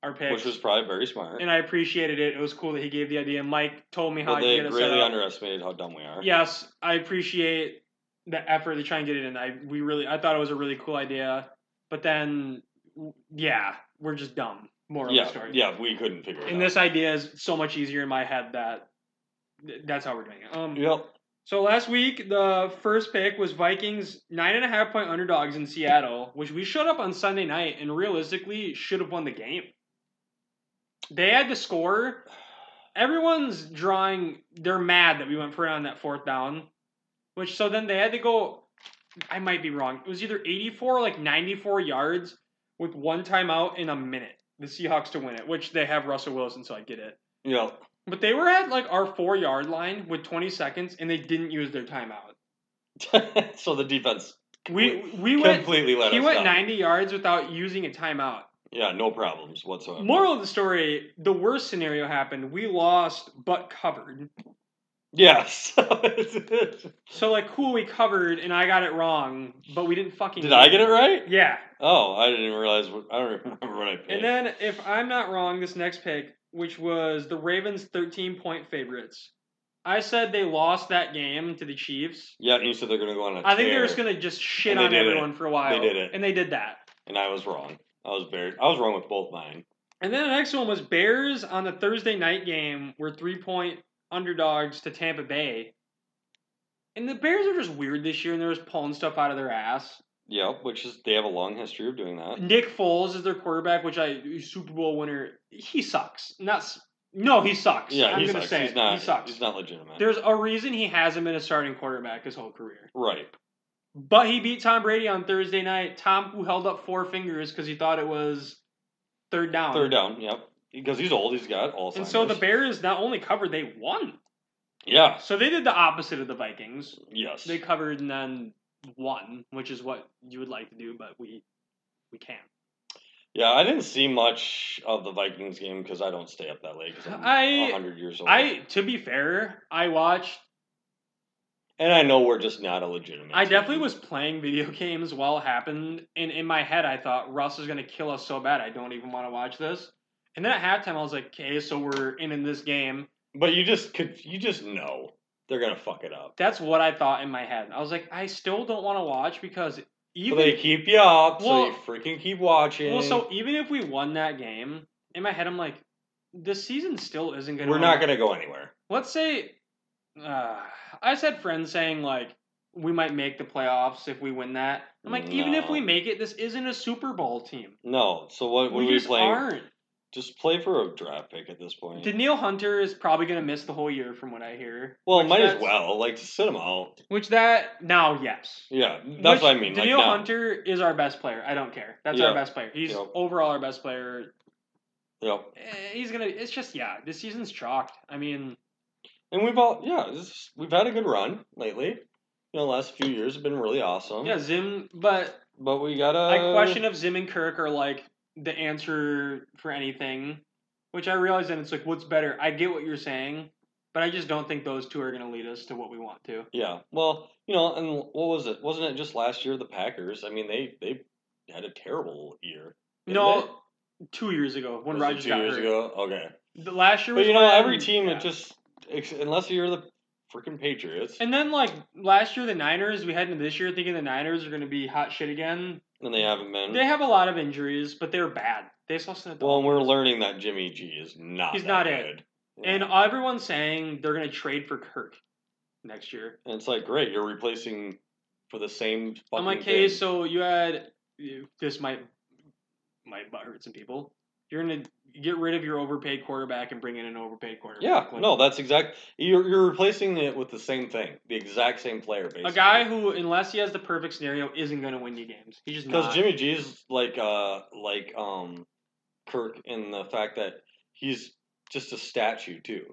Speaker 1: Our picks.
Speaker 2: which was probably very smart.
Speaker 1: and I appreciated it. It was cool that he gave the idea. Mike told me how
Speaker 2: but
Speaker 1: I could
Speaker 2: they
Speaker 1: get it set
Speaker 2: greatly
Speaker 1: up.
Speaker 2: underestimated how dumb we are.
Speaker 1: yes, I appreciate the effort to try and get it in. I we really I thought it was a really cool idea, but then w- yeah, we're just dumb. Moral of
Speaker 2: yeah,
Speaker 1: the story.
Speaker 2: yeah, we couldn't figure it
Speaker 1: And
Speaker 2: out.
Speaker 1: this idea is so much easier in my head that th- that's how we're doing it. Um,
Speaker 2: yep.
Speaker 1: So last week the first pick was Vikings nine and a half point underdogs in Seattle, which we showed up on Sunday night and realistically should have won the game. They had to score. Everyone's drawing. They're mad that we went for it on that fourth down, which so then they had to go. I might be wrong. It was either 84 or like 94 yards with one timeout in a minute. The Seahawks to win it, which they have Russell Wilson, so I get it.
Speaker 2: Yep. (laughs)
Speaker 1: But they were at like our four yard line with 20 seconds, and they didn't use their timeout.
Speaker 2: so the defense
Speaker 1: We we went
Speaker 2: completely let
Speaker 1: he
Speaker 2: us
Speaker 1: went
Speaker 2: down.
Speaker 1: 90 yards without using a timeout.
Speaker 2: Yeah, no problems whatsoever.
Speaker 1: Moral of the story: the worst scenario happened. We lost, but covered.
Speaker 2: (laughs) Yes.
Speaker 1: So like, cool, we covered, and I got it wrong, but we didn't fucking.
Speaker 2: Did I get it right?
Speaker 1: Yeah.
Speaker 2: Oh, I didn't even realize. What, I don't remember what I picked.
Speaker 1: And then, if I'm not wrong, this next pick, which was the Ravens 13 point favorites, I said they lost that game to the Chiefs.
Speaker 2: yeah, and you said they're gonna go on a
Speaker 1: I think
Speaker 2: tear,
Speaker 1: they're just gonna just shit
Speaker 2: And they
Speaker 1: on
Speaker 2: did it.
Speaker 1: everyone for a while.
Speaker 2: did it.
Speaker 1: and they did that.
Speaker 2: and I was wrong. I was very. I was wrong with both mine.
Speaker 1: And then the next one was Bears on the Thursday night game were three point underdogs to Tampa Bay. And the Bears are just weird this year and they're just pulling stuff out of their ass.
Speaker 2: Yep, which is they have a long history of doing that.
Speaker 1: Nick Foles is their quarterback, which I Super Bowl winner. He sucks. Not s- no, he sucks.
Speaker 2: Yeah,
Speaker 1: I'm
Speaker 2: he
Speaker 1: gonna
Speaker 2: sucks.
Speaker 1: say
Speaker 2: he's
Speaker 1: it.
Speaker 2: not.
Speaker 1: he sucks.
Speaker 2: He's not legitimate.
Speaker 1: There's a reason he hasn't been a starting quarterback his whole career.
Speaker 2: right.
Speaker 1: But he beat Tom Brady on Thursday night. Tom who held up four fingers because he thought it was third down.
Speaker 2: Third down. Yep. Because he's old. He's got all.
Speaker 1: And so the Bears not only covered, they won.
Speaker 2: Yeah.
Speaker 1: So they did the opposite of the Vikings.
Speaker 2: Yes.
Speaker 1: They covered and then won, which is what you would like to do, but we we can't.
Speaker 2: Yeah, I didn't see much of the Vikings game because I don't stay up that late. Cause I'm
Speaker 1: I-
Speaker 2: 100 years old.
Speaker 1: I to be fair, I watched.
Speaker 2: and I know we're just not a legitimate.
Speaker 1: I
Speaker 2: team.
Speaker 1: definitely was playing video (laughs) games while it happened, and in my head I thought Russ is gonna kill us so bad I don't even want to watch this. And then at halftime I was like, okay, so we're in in this game.
Speaker 2: But you just could. You just know they're gonna fuck it up.
Speaker 1: That's what I thought in my head. I was like, I still don't want to watch because
Speaker 2: So
Speaker 1: even
Speaker 2: they keep you up.
Speaker 1: Well-
Speaker 2: so you freaking keep watching.
Speaker 1: well, so even if we won that game, in my head I'm like, the season still isn't gonna.
Speaker 2: we're not gonna go anywhere.
Speaker 1: let's say uh, I said friends saying like we might make the playoffs if we win that. I'm like, even if
Speaker 2: No.
Speaker 1: we make it, this isn't a Super Bowl team.
Speaker 2: No. So what? What
Speaker 1: we
Speaker 2: are we
Speaker 1: just
Speaker 2: playing?
Speaker 1: aren't.
Speaker 2: Just play for a draft pick at this point.
Speaker 1: Daniil Hunter is probably gonna miss the whole year, from what I hear.
Speaker 2: well,
Speaker 1: which
Speaker 2: might as
Speaker 1: that's-
Speaker 2: well. Like just sit them out.
Speaker 1: Which that now, yes.
Speaker 2: Yeah, that's
Speaker 1: Which
Speaker 2: what I mean. Like,
Speaker 1: Daniil
Speaker 2: now,
Speaker 1: Hunter is our best player. I don't care. That's
Speaker 2: Yeah.
Speaker 1: our best player. He's
Speaker 2: Yeah.
Speaker 1: overall our best player.
Speaker 2: you know,
Speaker 1: Eh, He's gonna. It's just yeah. This season's chalked. I mean,
Speaker 2: And we've all yeah, this is- we've had a good run lately. You know, the last few years have been really awesome.
Speaker 1: yeah, Zim. But
Speaker 2: But we gotta
Speaker 1: I question if Zim and Kirk are like the answer for anything, which I realize that it's like, what's better? I get what you're saying, but I just don't think those two are going to lead us to what we want to.
Speaker 2: Yeah. Well, you know, and what was it? Wasn't it just last year the Packers? I mean they they had a terrible year. didn't
Speaker 1: no,
Speaker 2: they?
Speaker 1: two years ago when
Speaker 2: Was it
Speaker 1: Rodgers
Speaker 2: two
Speaker 1: got
Speaker 2: years
Speaker 1: hurt.
Speaker 2: ago. Okay.
Speaker 1: The last year,
Speaker 2: But
Speaker 1: was
Speaker 2: you know,
Speaker 1: when-
Speaker 2: every team
Speaker 1: yeah.
Speaker 2: it just ex- unless you're the freaking Patriots and,
Speaker 1: And then like last year, the Niners. We head into this year thinking the Niners are going to be hot shit again.
Speaker 2: they haven't been.
Speaker 1: They have a lot of injuries, but they're bad. They lost to the
Speaker 2: well, and
Speaker 1: Dolphins.
Speaker 2: we're learning that Jimmy G is not.
Speaker 1: He's
Speaker 2: that
Speaker 1: not it.
Speaker 2: good.
Speaker 1: and everyone's saying they're going to trade for Kirk next year.
Speaker 2: And it's like great, you're replacing for the same.
Speaker 1: I'm like,
Speaker 2: fucking
Speaker 1: hey,
Speaker 2: thing."
Speaker 1: so you had this might might butt hurt some people. You're gonna get rid of your overpaid quarterback and bring in an overpaid quarterback.
Speaker 2: Yeah,
Speaker 1: Like,
Speaker 2: no, that's exact. You're, you're replacing it with the same thing, the exact same player, basically.
Speaker 1: a guy who, unless he has the perfect scenario, isn't gonna win you games. He's just
Speaker 2: because
Speaker 1: not.
Speaker 2: Jimmy G's like uh like um Kirk in the fact that he's just a statue too.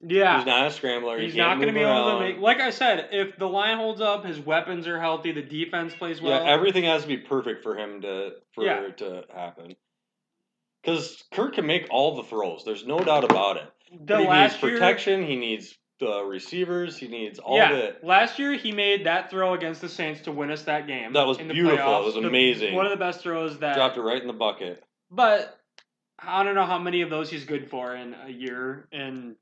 Speaker 1: yeah,
Speaker 2: He's not a scrambler.
Speaker 1: he's
Speaker 2: he can't
Speaker 1: not gonna
Speaker 2: move
Speaker 1: be able
Speaker 2: around.
Speaker 1: to make. Like I said, if the line holds up, his weapons are healthy, the defense plays well.
Speaker 2: yeah, everything has to be perfect for him to for
Speaker 1: Yeah.
Speaker 2: it to happen. Because Kirk can make all the throws. There's no doubt about it.
Speaker 1: the
Speaker 2: But he
Speaker 1: last
Speaker 2: needs
Speaker 1: year,
Speaker 2: protection. He needs the receivers. He needs all
Speaker 1: yeah,
Speaker 2: of it.
Speaker 1: last year he made that throw against the Saints to win us that game.
Speaker 2: That was
Speaker 1: in the
Speaker 2: beautiful. It
Speaker 1: playoffs.
Speaker 2: was
Speaker 1: The-
Speaker 2: amazing.
Speaker 1: one of the best throws that
Speaker 2: Dropped it right in the bucket.
Speaker 1: But I don't know how many of those he's good for in a year. And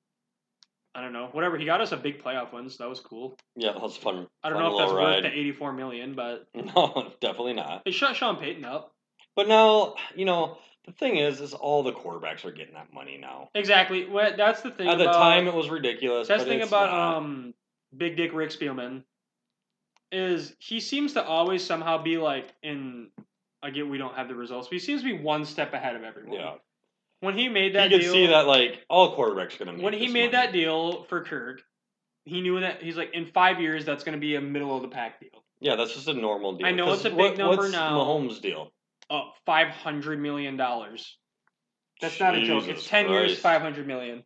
Speaker 1: I don't know. Whatever. He got us a big playoff win, so that was cool.
Speaker 2: Yeah, that was fun.
Speaker 1: I don't
Speaker 2: fun
Speaker 1: know if that's
Speaker 2: little ride.
Speaker 1: worth the 84 million, but
Speaker 2: (laughs) No, definitely not.
Speaker 1: it shut Sean Payton up.
Speaker 2: But now, you know, the thing is, is all the quarterbacks are getting that money now.
Speaker 1: Exactly. What that's the thing.
Speaker 2: At the
Speaker 1: about-
Speaker 2: time, it was ridiculous.
Speaker 1: That's
Speaker 2: but
Speaker 1: the thing
Speaker 2: it's
Speaker 1: about
Speaker 2: not.
Speaker 1: um Big Dick Rick Spielman is he seems to always somehow be like in again we don't have the results, but he seems to be one step ahead of everyone.
Speaker 2: yeah,
Speaker 1: When he made
Speaker 2: you
Speaker 1: that
Speaker 2: could
Speaker 1: deal,
Speaker 2: see that like all quarterbacks are gonna. Make
Speaker 1: when he
Speaker 2: this
Speaker 1: made
Speaker 2: money.
Speaker 1: that deal for Kirk, he knew that he's like in five years that's going to be a middle of the pack deal.
Speaker 2: Yeah, that's just a normal deal.
Speaker 1: I know
Speaker 2: 'Cause
Speaker 1: it's a big
Speaker 2: what-
Speaker 1: number
Speaker 2: what's
Speaker 1: now.
Speaker 2: Mahomes deal.
Speaker 1: Up five hundred million dollars. That's not a joke.
Speaker 2: Jesus
Speaker 1: It's ten years,
Speaker 2: Christ.
Speaker 1: five hundred million.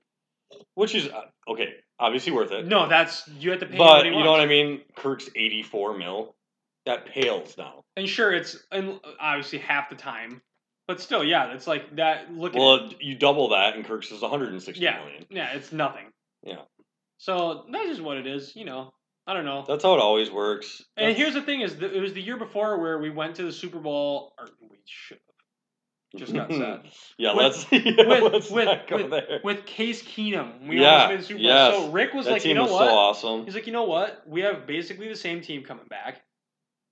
Speaker 2: Which is uh, okay, obviously worth it.
Speaker 1: No, that's you have to pay.
Speaker 2: but you
Speaker 1: him what he
Speaker 2: know what
Speaker 1: wants.
Speaker 2: I mean? Kirk's eighty-four mil. That pales now.
Speaker 1: And sure, it's and obviously half the time, but still, yeah, it's like that. Look at it.
Speaker 2: Well, you double that, and Kirk's is one hundred and sixty million.
Speaker 1: Yeah. yeah, it's nothing.
Speaker 2: Yeah.
Speaker 1: So that's just what it is, you know. I don't know.
Speaker 2: That's how it always works.
Speaker 1: and
Speaker 2: That's-
Speaker 1: here's the thing: is the, it was the year before where we went to the Super Bowl, or we should have
Speaker 2: (laughs)
Speaker 1: just got set
Speaker 2: yeah,
Speaker 1: With-
Speaker 2: let's, (laughs) yeah,
Speaker 1: with-
Speaker 2: let's
Speaker 1: with-
Speaker 2: not go
Speaker 1: with-
Speaker 2: there.
Speaker 1: with Case Keenum. We
Speaker 2: Yeah,
Speaker 1: almost made the Super Bowl.
Speaker 2: yes.
Speaker 1: So Rick was
Speaker 2: that
Speaker 1: like,
Speaker 2: team
Speaker 1: you know
Speaker 2: was
Speaker 1: what?
Speaker 2: so awesome.
Speaker 1: He's like, you know what? We have basically the same team coming back.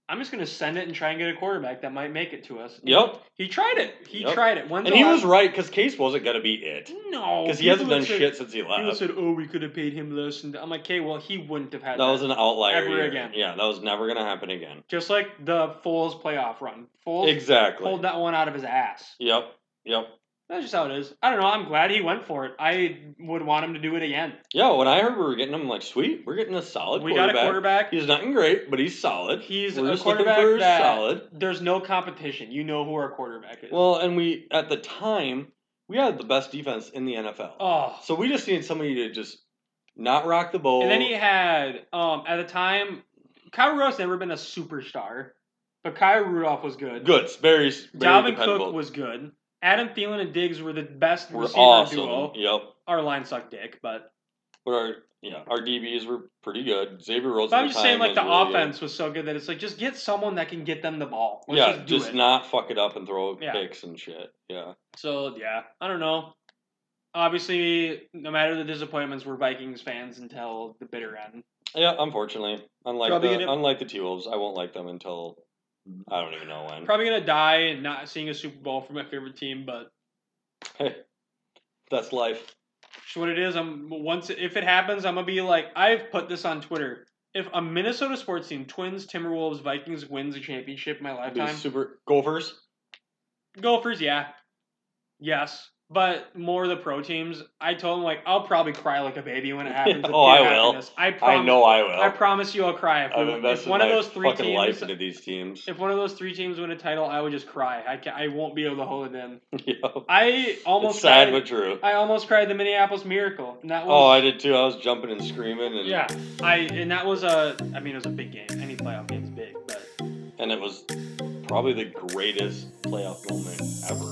Speaker 1: I'm just gonna send it and try and get a quarterback that might make it to us.
Speaker 2: Yep,
Speaker 1: He tried it. He
Speaker 2: Yep.
Speaker 1: tried it. When's
Speaker 2: and
Speaker 1: the
Speaker 2: he
Speaker 1: last-
Speaker 2: was right because Case wasn't gonna be it
Speaker 1: (laughs) No,
Speaker 2: because he
Speaker 1: people
Speaker 2: hasn't
Speaker 1: that
Speaker 2: done
Speaker 1: said-
Speaker 2: shit since he
Speaker 1: People
Speaker 2: left.
Speaker 1: said, "Oh, we could have paid him less," and I'm like, "Okay, well, he wouldn't have had
Speaker 2: That
Speaker 1: that."
Speaker 2: was an outlier.
Speaker 1: Ever
Speaker 2: year.
Speaker 1: again.
Speaker 2: Yeah, that was never gonna happen again.
Speaker 1: Just like the Foles playoff run, Foles
Speaker 2: Exactly.
Speaker 1: pulled that one out of his ass.
Speaker 2: Yep. Yep.
Speaker 1: That's just how it is. I don't know. I'm glad he went for it. I would want him to do it again.
Speaker 2: Yeah, when I heard we were getting him, I'm like, sweet, we're getting a solid
Speaker 1: we got
Speaker 2: quarterback.
Speaker 1: a quarterback.
Speaker 2: He's nothing great, but he's solid.
Speaker 1: He's
Speaker 2: we're
Speaker 1: a
Speaker 2: just looking for
Speaker 1: quarterback that
Speaker 2: solid.
Speaker 1: there's no competition. You know who our quarterback is.
Speaker 2: Well, and we at the time we had the best defense in the NFL,
Speaker 1: oh,
Speaker 2: so we just needed somebody to just not rock the boat.
Speaker 1: and then he had um at the time, Kyle Rudolph's never been a superstar, but Kyle Rudolph was good.
Speaker 2: good, very, very
Speaker 1: Dalvin
Speaker 2: dependable.
Speaker 1: Cook was good. Adam Thielen and Diggs were the best
Speaker 2: We're
Speaker 1: receiver
Speaker 2: awesome.
Speaker 1: duo.
Speaker 2: Yep.
Speaker 1: Our line sucked dick, but,
Speaker 2: But our yeah, our DBs were pretty good. Xavier Rhodes.
Speaker 1: but
Speaker 2: at
Speaker 1: I'm
Speaker 2: the
Speaker 1: just saying,
Speaker 2: time
Speaker 1: like the
Speaker 2: was really good.
Speaker 1: offense was so good that it's like just get someone that can get them the ball. Let's
Speaker 2: yeah,
Speaker 1: just
Speaker 2: just,
Speaker 1: do it.
Speaker 2: not fuck it up and throw
Speaker 1: Yeah.
Speaker 2: picks and shit. Yeah.
Speaker 1: so yeah, I don't know. Obviously, no matter the disappointments, we're Vikings fans until the bitter end.
Speaker 2: Yeah, unfortunately, unlike
Speaker 1: Probably
Speaker 2: the
Speaker 1: gonna-
Speaker 2: unlike the T Wolves, I won't like them until I don't even know when.
Speaker 1: Probably gonna die and not seeing a Super Bowl for my favorite team, but
Speaker 2: That's life.
Speaker 1: It's what it is. I'm once if it happens, I'm gonna be like I've put this on Twitter. If a Minnesota sports team, Twins, Timberwolves, Vikings, wins a championship in my
Speaker 2: I'd be
Speaker 1: lifetime,
Speaker 2: super Gophers.
Speaker 1: Gophers, yeah, yes, but more the pro teams. I told them like I'll probably cry like a baby when it
Speaker 2: (laughs)
Speaker 1: happens. with
Speaker 2: Oh, I
Speaker 1: pure
Speaker 2: will.
Speaker 1: happiness. I
Speaker 2: I
Speaker 1: promise,
Speaker 2: know I will.
Speaker 1: I promise you, I'll cry if,
Speaker 2: I've
Speaker 1: we- if
Speaker 2: invested
Speaker 1: one of
Speaker 2: my
Speaker 1: those three
Speaker 2: fucking life
Speaker 1: teams.
Speaker 2: into these teams. (laughs)
Speaker 1: If one of those three teams win a title, I would just cry. I can, I won't be able to hold it in.
Speaker 2: yeah.
Speaker 1: I
Speaker 2: It's
Speaker 1: almost
Speaker 2: sad
Speaker 1: cried.
Speaker 2: but true.
Speaker 1: I almost cried the Minneapolis Miracle, and that was
Speaker 2: Oh, I did too. I was jumping and screaming, and
Speaker 1: Yeah, I and that was a. I mean, it was a big game. Any playoff game's big, but
Speaker 2: and it was probably the greatest playoff moment ever.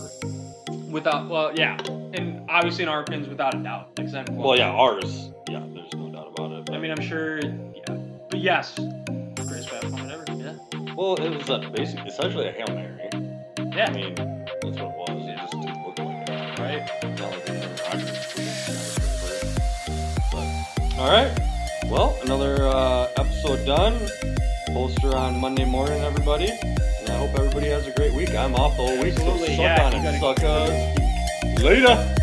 Speaker 1: without, well, yeah, and obviously in our pins, without a doubt. Except, well,
Speaker 2: Well, yeah, ours. Yeah, there's no doubt about it.
Speaker 1: I mean, I'm sure, yeah, but yes, greatest basketball whatever. Yeah,
Speaker 2: well, it was a basic, essentially a hail mary. I
Speaker 1: yeah,
Speaker 2: mean, that's what it was. It just didn't look like it.
Speaker 1: right.
Speaker 2: Not like it was Aaron Rodgers. But, all right. Well, another uh, episode done. Poster on Monday morning, everybody. And I hope everybody has a great week. I'm off the whole week, so
Speaker 1: Absolutely,
Speaker 2: suck
Speaker 1: yeah,
Speaker 2: on
Speaker 1: you
Speaker 2: it,
Speaker 1: gotta-
Speaker 2: suckers. Later.